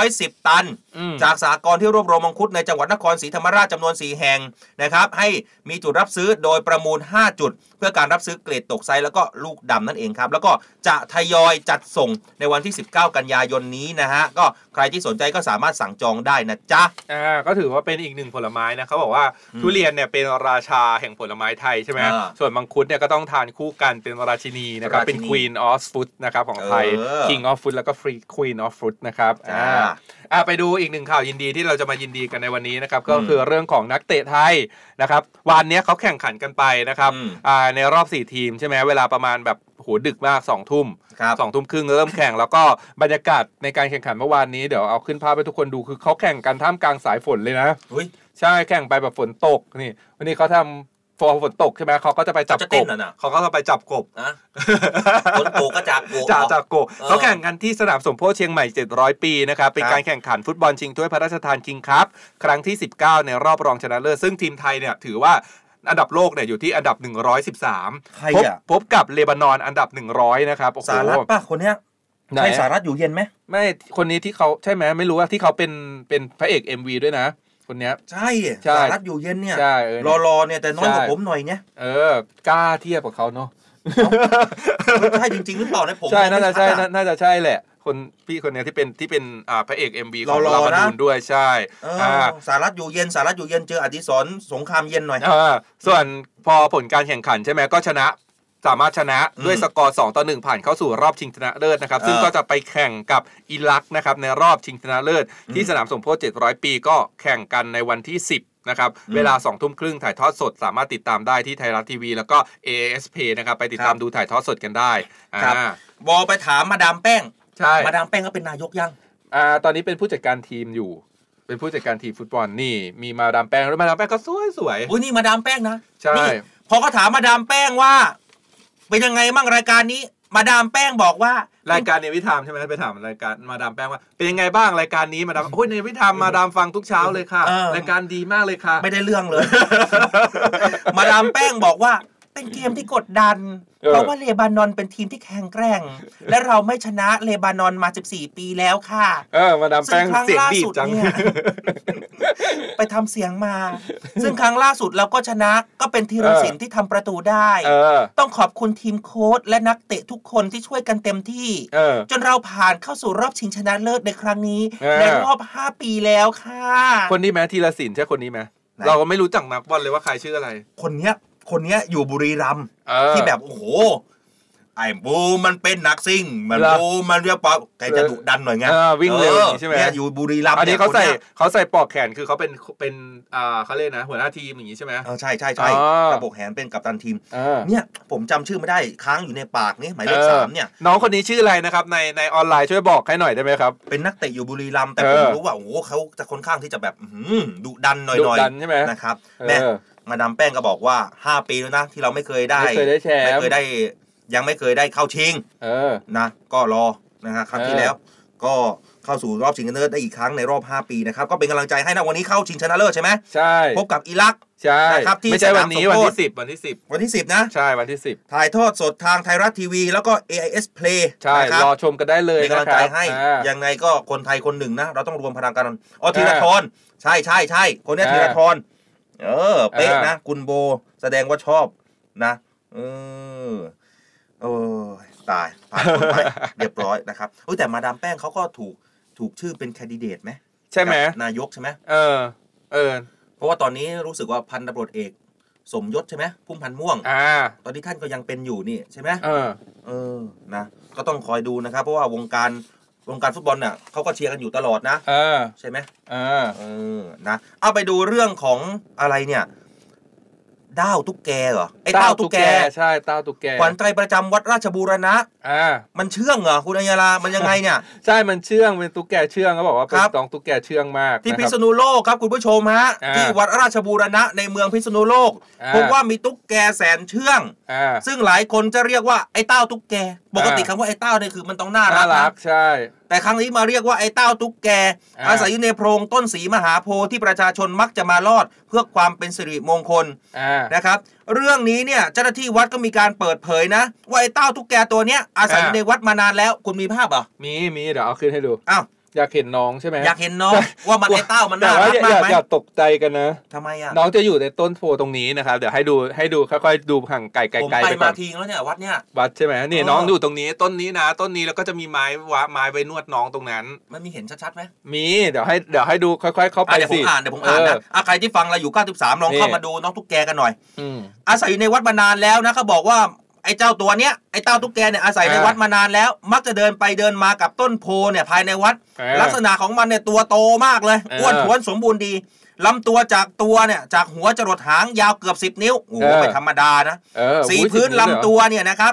710 ตัน
อืม
จากสากรณ์ที่รวบรวมมังคุดในจังหวัดนคร รศรีธรรมราชจำนวน 4 แห่งนะครับ ให้มีจุดรับซื้อโดยประมูล 5 จุด เพื่อการรับซื้อเกรดตกไซส์แล้วก็ลูกดำนั่นเองครับ แล้วก็จะทยอยจัดส่งในวันที่ 19 กันยายนนี้นะฮะ ก็ใครที่สนใจก็สามารถสั่งจองได้นะจ๊ะ
อ่าก็ถือว่าเป็นอีกหนึ่งผลไม้นะเขาบอกว่า
อืม
ทุเรียนเนี่ยเป็นราชาแห่งผลไม้ไทยใช่ไหม
อ่า
ส่วนมังคุดเนี่ยก็ต้องทานคู่กันเป็นราชินีนะครับ
ราชินี
เป็น Queen of Fruit นะครับของไทย
เออ
King of Fruit แล้วก็ Free Queen of Fruit นะครับ
จ้า
อ่าอ่าไปดูอีกหนึ่งข่าวยินดีที่เราจะมายินดีกันในวันนี้นะครับก็
อืม
คือเรื่องของนักเตะไทยนะครับวันเนี้ยเขาแข่งขันกันไปนะครับอ่าในรอบ 4 ทีมใช่ไหมเวลาประมาณแบบโหดึกมาก2องทุ่มสองทุ่มครึ่งเริ่มแข่งแล้วก็บรรยากาศในการแข่งขันเมื่อวานนี้เดี๋ยวเอาขึ้นภาพให้ทุกคนดูคือเขาแข่งกันท่ามกลางสายฝนเลยนะ
อุ้ย
ใช่แข่งไปแบบฝนตกนี่วันนี้เขาทำฟอฝนตกใช่ไหมเขาก็จะไปจับ
เขาจะ
ก
เต้
บ
นเหรอน่ะ
เขาก็จะไปจับกบ
ฝนตกก็จากโกะ
จ่า
เหรอ
จากโกบ
เออ
เขาแข่งกันที่สนามสมโพธิเชียงใหม่ 700 ปีนะครับเป็น
ครับ
การแข่งขันฟุตบอลชิงถ้วยพระราชทานคิงคัพครั้งที่ 19 ในรอบรองชนะเลิศซึ่งทีมไทยเนี่ยถือว่าอันดับโลกเนี่ยอยู่ที่อันดับ
ใคร
113 พบ
อะ
พบกับเลบานอนอันดับ 100 นะครับโอ้โห
สารัฐป่ะคนเนี้ย
ไหนอะ
ใช่สารัฐอยู่เย็นไหม
ไม่คนนี้ที่เขาใช่ไหมไม่รู้ว่าที่เขาเป็นเป็นพระเอก MV ด้วยนะ คนเนี้ย
ใช่
ใช่
สารัฐอยู่เย็นเนี่ย
ใช่เออ
รอๆเนี่ยแต่น้อยกว่า
ใช่
ผมหน่อยเนี่ย
เออกล้าเทียบกับเขาเนาะ
ไม่ใช่จริงๆหรือเปล่าเนี่ยผม
ใช่
ไม่
น่าจะ
ชั
ใช่
ดอะ
น่าน่าจะใช่แหละ คนพี่คนเนี้ยที่เป็นที่เป็นอ่าพระเอก MV ของ
รอๆ
ลาบานูน
นะ
ด้วยใช่
เอออา สารัฐอยู่เย็นสารัฐอยู่เย็นเจออดิศรสงครามเย็นหน่อย
เออส่วนพอผลการแข่งขันใช่ไหมก็ชนะสามารถชนะ
อืม
ด้วยสกอร์ 2 ต่อ 1 ผ่านเข้าสู่รอบชิงชนะเลิศนะครับ
เออ
ซึ่งก็จะไปแข่งกับอิรักนะครับในรอบชิงชนะเลิศ
อืม
ที่สนามสมโพธิ700 ปีก็แข่งกันในวันที่ 10 นะครับ
อืม
เวลา 2 ทุ่มครึ่งถ่ายทอดสด สามารถติดตามได้ที่ไทยรัฐทีวี แล้วก็ ASP นะครับ ไปติดตาม
ครับ
ดูถ่ายทอดสดกันได้
ครับ
อ่า
บอไปถามมาดามแป้ง
ใช่
มาดามแป้งก็เป็นนายกยัง
อ่าตอนนี้เป็นผู้จัดการทีมอยู่ เป็นผู้จัดการทีมฟุตบอลนี่ มีมาดามแป้งด้วยมาดามแป้งก็สวยสวยๆ
อุ้ยนี่มาดามแป้งนะ
ใช่
นี่พอเขาถามมาดามแป้งว่า เป็นยังไงมั่งรายการนี้ มาดามแป้งบอกว่า
รายการเนวิธามใช่ไหมไปถามรายการมาดามแป้งว่า เป็นยังไงบ้างรายการนี้มาดามโอ้ยเนวิธามมาดามฟังทุกเช้าเลยค่ะ
เออ
รายการดีมากเลยค่ะ
ไม่ได้เรื่องเลย มาดามแป้งบอกว่า เป็นเกมที่กดดัน
เออ
เพราะว่าเลบานอนเป็นทีมที่แข็งแกร่ง และเราไม่ชนะเลบานอนมา 14 ปีแล้วค่ะ
เออมาดามแป้งเสียงดีบจัง
ซึ่งครั้งล่าสุดเนี่ย ไปทำเสียงมา ซึ่งครั้งล่าสุดเราก็ชนะก็เป็นทีรศิลป์ที่ทำประตูได้
เออ
ต้องขอบคุณทีมโค้ชและนักเตะทุกคนที่ช่วยกันเต็มที่
เออ
จนเราผ่านเข้าสู่รอบชิงชนะเลิศในครั้งนี้
เออ
ในรอบ 5 ปีแล้วค่ะ
คนนี้ไหมทีละสินใช่คนนี้ไหม
ไหน
เราก็ไม่รู้จักนักบอลเลยว่าใครชื่ออะไร
คนเนี้ยคนเนี้ยอยู่บุรีรัมย์
เออ
ที่แบบโอ้โห ไอ้บูมันเป็นนักซิ่ง มัน
เหรอ
บูมันเรียบปอบแกจะดุดันหน่อยไง
เออวิ่งเร็ว
ออ
อย่างนี้ใช่ไหม
เนี่ยอยู่บุรีรัมย์
อันนี้
ย
เขาใส่
คนนี้ย
เขาใส่ปลอกแขนคือเขาเป็นเป็นอ่าเขาเรียกนะ หัวหน้าทีมอย่างนี้ใช่ไหม
เออใช่ใช่ใช่
อ๋อ
ระบบแหนเป็นกัปตันทีม
เออ
เนี่ยผมจำชื่อไม่ได้ค้างอยู่ในปากนี่หมายเลข
เออ
สามเนี่ย
น้องคนนี้ชื่ออะไรนะครับในในออนไลน์ช่วยบอกให้หน่อยได้ไหมครับ
เป็นนักเตะอยู่บุรีรัมย์แต่
เอ
ผม
อ
รู้ว่าโอ้โหเขาจะค่อนข้างที่จะแบบอื้อหือดุดันหน่อย
ดุดันใช่ไหม
นะครับ
เออ
แม่มาดามแป้งก็บอกว่า 5 ปีแล้วนะ ที่เราไม่เคยได้
ไม่เคยได้แชมป์
ไม่เคยได้ยังไม่เคยได้เข้าชิง
เออ
นะก็รอนะฮะครั้งที่
เออ
แล้ว ก็เข้าสู่รอบชิงชนะเลิศได้อีกครั้งในรอบ 5 ปีนะครับก็เป็นกำลังใจให้นะวันนี้เข้าชิงชนะเลิศใช่ไหม
ใช่
พบกับอิรัก
ใช่
นะครับที่
ไม่ใช่วันนี้
สนาม
วั
ส
น
มโพธิ
ที่สิบวันที่สิบ
วันที่ 10 นะ
ใช่วันที่สิบ
ถ่ายทอดสดทางไทยรัฐทีวี แล้วก็ AIS Play
ใช่
นะครับ
รอชมกันได้เลย
เป็น
นะ
กำลัง
ค
ใจ
รับ
ให้
อ่า
ยังไงก็คนไทยคนหนึ่งนะ เราต้องรวมพลังกันอ๋อ
เออ
ธีรทรใช่ใช่ใช่คนเนี้ย
เออ
ธีรทรเออ เป๊ะ
เออ
นะ คุณโบแสดงว่าชอบนะเออโอ้ยตาย ผ่าน คนไป เรียบร้อยนะครับเอ้ยแต่มาดามแป้งเขาก็ถูกถูกชื่อเป็นแคนดิเดตไหม
ใช่ไหม
นายกใช่ไหม
เออ เออ
เพราะว่าตอนนี้รู้สึกว่าพันตำรวจเอก สมยศใช่ไหมพุ่มพันธุ์ม่วง
อ่า
ตอนนี้ท่านก็ยังเป็นอยู่นี่ใช่ไหม
เออ
เออ นะ ก็ต้องคอยดูนะครับ เพราะว่าวงการวงการฟุตบอลน่ะเขาก็เชียร์กันอยู่ตลอดนะ
เออ
ใช่ไหม
เออ
เออ นะ เอาไปดูเรื่องของอะไรเนี่ยด้าวตุ๊กแกเหรอ ไอ้ด้าวตุ๊กแก
ใช่เต้าตุ๊กแก
ขวัญใจประจำวัดราชบูรณะ
อ่า
มันเชื่องเหรอคุณอัญญาลา มันยังไง เนี่ย
ใช่ มันเชื่อง เป็นตุ๊กแกเชื่องเขาบอกว่าเป็
คน รับ
ตองตุ๊กแกเชื่องมาก
ที่
นะค
พิ
รับ
ษณุโลกครับคุณผู้ชมฮะ
อ่า
ที่วัดราชบูรณะในเมืองพิษณุโลก
อ่า
พบว่ามีตุ๊กแกแสนเชื่อง
อ่า
ซึ่งหลายคนจะเรียกว่าไอ้เต้าตุ๊กแก ปกติคำว่าไอ้เต้าเนี่ยคือมันต้องน่ารั
น่าก
นะ
รัก ใช่
แต่ครั้งนี้มาเรียกว่าไอ้เต้าตุ๊กแก
อ่า
อาศัยอยู่ในโพรงต้นสีมหาโพธิ์ที่ประชาชนมักจะมาลอด เพื่อความเป็นสิริมงคล
อ่า
นะครับ เรื่องนี้เนี่ยเจ้าหน้าที่วัดก็มีการเปิดเผยนะ ว่าไอ้เต้าตุ๊กแกตัวเนี้ยอาศัยอยู่ในวัดมานานแล้วคุณมีภาพเหรอ
มี มี เดี๋ยวเอาขึ้นให้ดู
อ้าว
อยากเห็นน้องใช่ไหม
อยากเห็นน้องว่ามันไอ้เต้ามันน่า
แต่ว่
รัก
อย่
มาก
อย่
ไหม
อย่าตกใจกันนะ
ทำไมอ่ะ
น้องจะอยู่ในต้นโพตรงนี้นะครับเดี๋ยวให้ดูให้ดูค่อยๆดูห่างไกลๆ
ผม
ไกล
ไป
ไปก่
มา
อน
ทีแล้วเนี่ยวัดเนี่ย
วัดใช่ไหมนี่
เออ
น้องอยู่ตรงนี้ต้นนี้นะ ต้นนี้แล้วก็จะมีไม้วะไม้ไว้นวดน้องตรงนั้น
มันมีเห็นชัดๆไหม
มีเดี๋ยวให้เดี๋ยวให้ดูค่อย ๆ เข้าไป
อ่ะเดี๋ยวผ
สิ
มอ่านเดี๋ยวผมอ่านนะ
เ
อ่ะใครที่ฟังเราอยู่ 93 ลองเข้า
นี่
มาดูน้องตุ๊กแกกันหน่อย
อืม
อาศัยอยู่ในวัดมานานแล้วนะเขาบอกว่าไอ้เจ้าตัวเนี้ยไอ้เต้าตุ๊กแกเนี่ยอาศัยใน
อ่า
วัดมานานแล้ว มักจะเดินไปเดินมากับต้นโพเนี่ยภายในวัด
อ่า
ลักษณะของมันเนี่ยตัวโตมากเลย
เอออ้
อ้วนท้วนสมบูรณ์ดีลำตัวจากตัวเนี่ยจากหัวจรดหางยาวเกือบ 10 นิ้วโอ้โห
เออ
ไม่ธรรมดานะ
เออ
สี
อุ๊ย
พื้น
10เลยเหรอ
ลำตัวเนี่ยนะครับ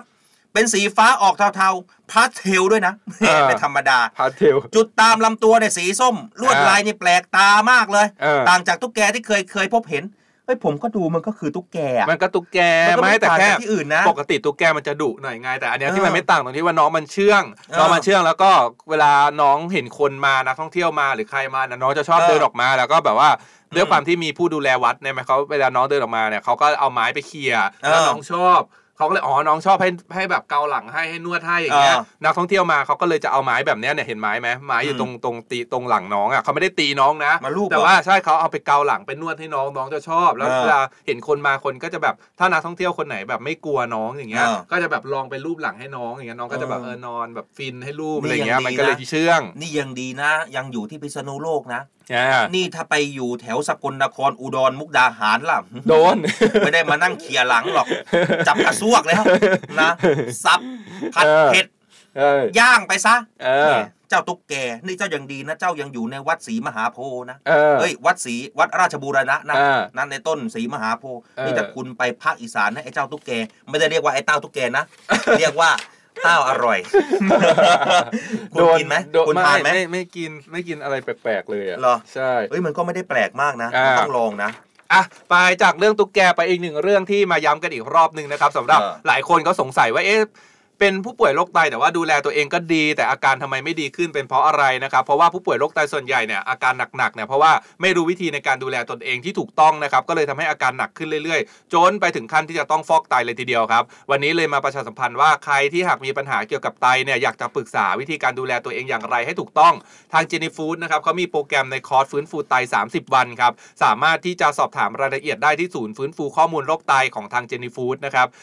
เป็นสีฟ้าออกเทาๆพาสเทลด้วยนะ
เออ
ไม่ธรรมดา
พาเทล
จุดตามลำตัวเนี่ยสีส้ม ลวด
อ่า
ลายนี่แปลกตามากเลย
เออ
ต่างจากตุ๊กแกที่เคยเคยพบเห็นเฮ้ยผมก็ดูมันก็คือตุ๊กแกอะ
มันก็ตุ๊กแก
มันก็ไม่
ไม่แต่
ต่าง
แค่
จากที่อื่นนะ
ปกติตุ๊กแกมันจะดุหน่อยไงแต่อันเนี้ย
เออ
ที่มันไม่ต่างตรงที่ว่าน้องมันเชื่อง
เออ
น้องมันเชื่องแล้วก็เวลาน้องเห็นคนมานักท่องเที่ยวมาหรือใครมานะน้องจะชอบ
เออ
เดินออกมาแล้วก็แบบว่าด้วยความที่มีผู้ดูแลวัดเนี่ยไหมเขาเวลาน้องเดินออกมาเนี่ยเขาก็เอาไม้ไปเขี่ย
เออ
แล้วน้องชอบเขาก็เลยอ๋อน้องชอบให้ให้แบบเกาหลังให้ให้นวดให้อย่างเงี้ย
เออ
นักท่องเที่ยวมาเขาก็เลยจะเอาไม้แบบเนี้ยเนี่ยเห็นไม้ไหมไม้อยู่
อืม
ตรงตรงตีตรงหลังน้องอ่ะเขาไม่ได้ตีน้องนะ
มาลูบ
แต่
เหรอ
ว่า ใช่เขาเอาไปเกาหลังไปนวดให้น้องน้องจะชอบแล้ว
อ่า
เวลาเห็นคนมาคนก็จะแบบถ้านักท่องเที่ยวคนไหนแบบไม่กลัวน้องอย่างเงี้ย
อ่า
ก็จะแบบลองไปรูปหลังให้น้องอย่างเงี้ยน้องก็จะแบบ
เออ
เออนอนแบบฟินให้รูป
นี่
อะไรเงี้ย
ยังดี
มันก็เลย
นะ
เชื่อง
นี่ยังดีนะ ยังอยู่ที่พิษณุโลกนะ
อ่า
นี่ถ้าไปอยู่แถวสกลนครอุดรมุกดาหารล่ะ
โดน
ไม่ได้มานั่งเขี่ยหลัง หรอก จับกระซวกแล้วนะสับผัด
เออ
เผ็ด
เออ
ย่างไปซะ
เออ
แหมเจ้าตุ๊กแกนี่เจ้ายังดีนะ เจ้ายังอยู่ในวัดศรีมหาโพธิ์นะ
เออ
เอ้ยวัดศรีวัดราชบูรณะนะ
อ่า
นั่นในต้นศรีมหาโพธิ์
เออ
นี่แต่คุณไปภาคอีสานนะไอ้เจ้าตุ๊กแกไม่ได้เรียกว่าไอ้เต้าตุ๊กแกนะ เรียกว่าเต้าอร่อย คุณ
โด
กินไหม
โด
คุณทานไหม
ไม่ไม่กินไม่กินอะไรแปลกๆเลยอ่ะ
เหรอ
ใช่
เอ้ยมันก็ไม่ได้แปลกมากนะ
อ่า
มันต้องลองนะ
อ่ะไปจากเรื่องตุ๊กแกไปอีกหนึ่งเรื่องที่มาย้ำกันอีกรอบหนึ่งนะครับสำหรับ
เออ
หลายคนก็สงสัยว่าเอ๊ะเป็นผู้ป่วยโรคไตแต่ว่าดูแลตัวเองก็ดี แต่อาการทำไมไม่ดีขึ้นเป็นเพราะอะไรนะครับเพราะว่าผู้ป่วยโรคไตส่วนใหญ่เนี่ยอาการหนักๆเนี่ยเพราะว่าไม่รู้วิธีในการดูแลตนเองที่ถูกต้องนะครับก็เลยทำให้อาการหนักขึ้นเรื่อยๆ จนไปถึงขั้นที่จะต้องฟอกไตเลยทีเดียวครับ วันนี้เลยมาประชาสัมพันธ์ว่าใครที่หากมีปัญหาเกี่ยวกับไตเนี่ยอยากจะปรึกษาวิธีการดูแลตัวเองอย่างไรให้ถูกต้อง ทางเจนีฟูดนะครับเขามีโปรแกรมในคอร์สฟื้นฟูไต 30 วันครับ สามารถที่จะสอบถามรายละเอียดได้ที่ศูนย์ฟื้นฟูข้อมูลโรคไตของทางเจนีฟูดนะครับ 0982364622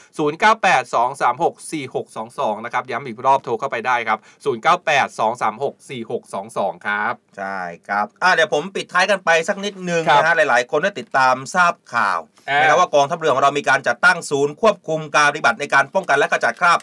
นะครับ ย้ำอีกรอบโทรเข้าไปได้ครับ 0982364622 ครับ
ใช่ครับอ่ะเดี๋ยวผมปิดท้ายกันไปสักนิดนึง
ครับ
นะฮะหลาย ๆ คนได้ติดตามทราบข่าว
เออ
นะครับว่ากองทัพเรือของเรามีการจัดตั้งศูนย์ควบคุมการปฏิบัติในการป้องกันและขจัดคราบ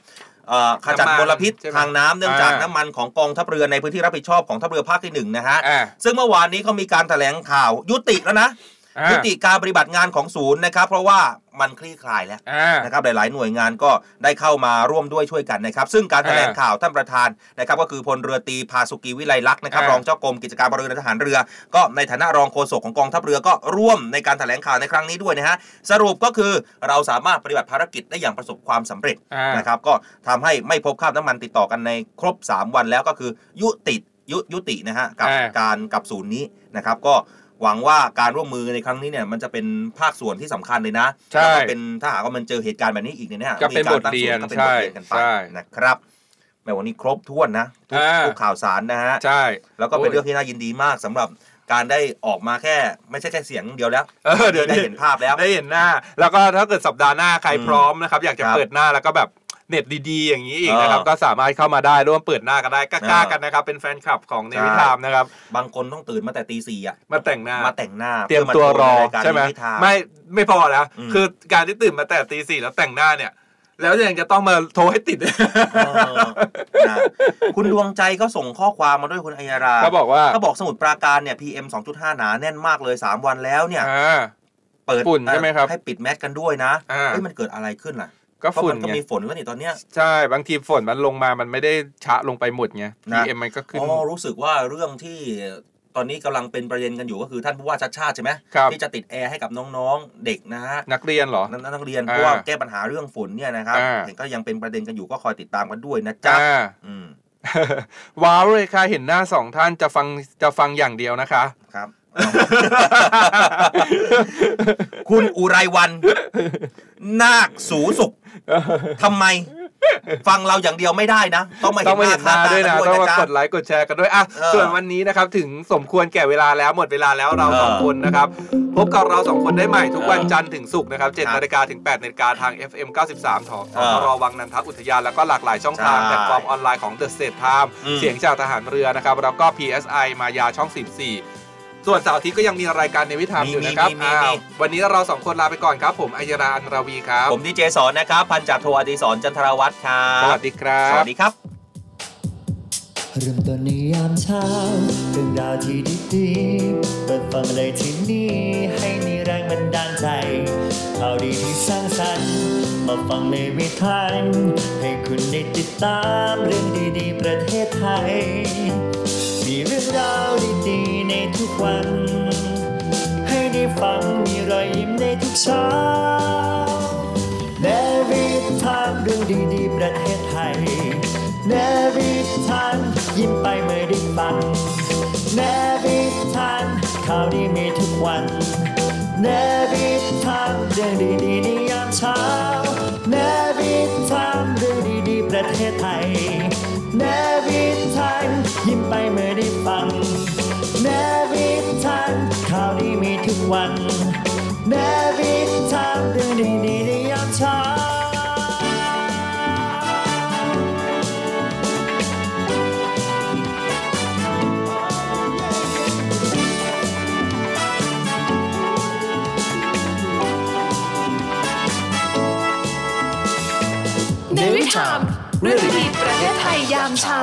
เอ่อขจัด
น้ำมัน
มลพิษ
ใช่ไหม
ทางน้ำเนื่องจาก
อ่า
น้ำมันของกองทัพเรือในพื้นที่รับผิดชอบของทัพเรือภาคที่หนึ่งนะฮะ
อ่า
ซึ่งเมื่อวานนี้เขามีการแถลงข่าวยุติแล้วนะ
อ่ายุ
ยุติการปฏิบัติงานของศูนย์นะครับ เพราะว่ามันคลี่คลายแล้ว
อ่า
นะครับหลาย ๆ หน่วยงานก็ได้เข้ามาร่วมด้วยช่วยกันนะครับ ซึ่งการแถลง
อ่า
ข่าวท่านประธานนะครับ ก็คือพลเรือตรีภาสุกีวิไลลักษณ์นะครับ
อ่าร ร
องเจ้ากรมกิจการพลเรือนทหารเรือ ก็ในฐานะรองโฆษกของกองทัพเรือก็ร่วมในการแถลงข่าวในครั้งนี้ด้วยนะฮะสรุปก็คือเราสามารถปฏิบัติภารกิจได้อย่างประสบความสำเร็จ
อ่าน
นะครับก็ทำให้ไม่พบคราบน้ำมันติดต่อกันในครบ 3 วันแล้วก็คือยุติยุยุตินะฮะกับ
อ่า
การกับศูนย์นี้นะครับก็หวังว่าการร่วมมือในครั้งนี้เนี่ยมันจะเป็นภาคส่วนที่สำคัญเลยนะ
ใช่
แล้วก็เป็นถ้าหากว่ามันเจอเหตุการณ์แบบนี้อีกเนี่ยนะฮะ
ก็เป็น
มี
บ
การ
ท
ตั้งศูน
เรียน
ย์ก็เป็นบท
ใช่
เรียนกันไป
ใช่
นะครับแม้วันนี้ครบถ้วนนะทุก
อ่า
ทุกข่าวสารนะฮะ
ใช่
แล้วก็เป็นเรื่อง
โย
ที่น่ายินดีมากสำหรับการได้ออกมาแค่ ไม่ใช่แค่เสียงเดียวแล้ว
เออเดี๋ยวนี้
ได้เห็นภาพแล้ว
ได้เห็นหน้า แล้วก็ถ้าเกิดสัปดาห์หน้าใคร
อืม
พร้อมนะครับ อยากจะ
ครับ
เปิดหน้าแล้วก็แบบเน็ตดีๆ อย่างนี้อีกนะครับ
เออ
ก็สามารถเข้ามาได้ร่วมเปิดหน้ากันได้ก
เอ
ล้า
อ
ๆกันนะครับ เป็นแฟนคลับของเนวิทามนะครับ
บางคนต้องตื่นมาแต่ตีสี่อ่ะ
มาแต่งหน้า
มาแต่งหน้า
เตรียมตัวรอ
เพื่าโชในายการ
ใช่ไหม
นิทาน
ไม่ไม่พอนะ
อืม
คือการที่ตื่นมาแต่ตีสี่แล้วแต่งหน้าเนี่ย แล้วยังจะต้องมาโทรให้ติด
เออนะคุณดวงใจก็ส่งข้อความมาด้วยคุณอัยยารา
เขาบอกว่า
ก็บอกสมุดปราการเนี่ย PM 2.5 หนาแน่นมากเลย 3 วันแล้วเนี่ย
อ่า
เปิด
ฝุ่นใช่ไหมครับ
ให้ปิดแมสกันด้วยนะ
อ่า
เฮ้ยมันเกิดอะไรขึ้นล่ะ
ก็
เพราะ
ฝุ่
มัน นก็
ไง
มีฝนแล้วนี่ตอนเนี้ย
ใช่ บางทีฝนมันลงมามันไม่ได้ชะลงไปหมดไง PM มันก็ขึ้น
อ๋อรู้สึกว่าเรื่องที่ตอนนี้กำลังเป็นประเด็นกันอยู่ก็คือท่านผู้ว่าชาติชาติใช่ไหม
ครับ
ที่จะติดแอร์ให้กับน้องๆเด็กนะฮะ
นักเรียนเหรอ
นักนักเรียนเพ
อ่า
ราะว่าแก้ปัญหาเรื่องฝุ่นเนี่ยนะครับ
อ่า
เห็นก็ยังเป็นประเด็นกันอยู่ก็คอยติดตามกันด้วยนะจ๊ะ
อ่า
อืม
ว้าวเลยค่ะเห็นหน้าสองท่านจะฟังจะฟังอย่างเดียวนะคะ
ครับ คุณอุไรวัน นาคสูสุขทำไม ฟังเราอย่างเดียวไม่ได้นะ ต้องมา
ต้
เห็
อง
นห
มา
น้า
เห็
ค่า
นหน้า
ตา
ด้วยนะ
กั
ต้
ด้วย
อง
นะ
มาก
จ๊ะ
ดไลค์กดแชร์กันด้วยอ่ะ
เออ
ส่วนวันนี้นะครับถึงสมควรแก่เวลาแล้วหมดเวลาแล้วเราสองคนนะครับ พบกับเราสองคนได้ใหม่ทุกวันจันทร์ถึงศุกร์นะครับ7นาฬิกาถึง8นาฬิกาทาง FM 93ถอทรวังนันทอุทยานแล้วก็หลากหลายช่องทาง
ใช่
แพลตฟอร์มออนไลน์ของ The State Time
อืม
เสียงจากทหารเรือนะครับแล้วก็ PSI มายาช่อง 14 ส่วนเสาร์อาทิตย์ก็ยังมีรายการในวิถีอยู่นะครับอ้าววันนี้เราสองคนลาไปก่อนครับผมอัยยราอันราวีครับ
ผมดีเจสอนนะครับ พันจ่าโทอดีสอนจันทรวัฒน์ครับ
สวัสดีครับ
สวัสดีครับ
เริ่มต้นในยามเช้าเรื่องราวที่ดีๆเปิดฟังเลยที่นี่ให้มีแรงบันดาลใจข่าวดีที่สร้างสรรค์ มาฟังในวิทันให้คุณได้ติดตามเรื่องดีๆ ประเทศไทย มีเรื่องราวดีๆ ในทุกวัน ให้ได้ฟังมีรอยยิ้มในทุกเช้า เนวิทามเรื่องดีๆ ประเทศไทยเนวิทามยิ้มไปเมื่อได้ฟังเนวิทามข่าวดีมีทุกวันเนวิทามเรื่องดีๆในยามเช้าเนวิทามเรื่องดีๆ ประเทศไทยเนวิทามยิ้มไปเมื่อได้ฟังเนวิทามข่าวดีมีทุกวัน แม้วิทามเรื่องดีๆในยามเช้า
เนวิชามเรื่องดีๆประเทศไทยยามเช้า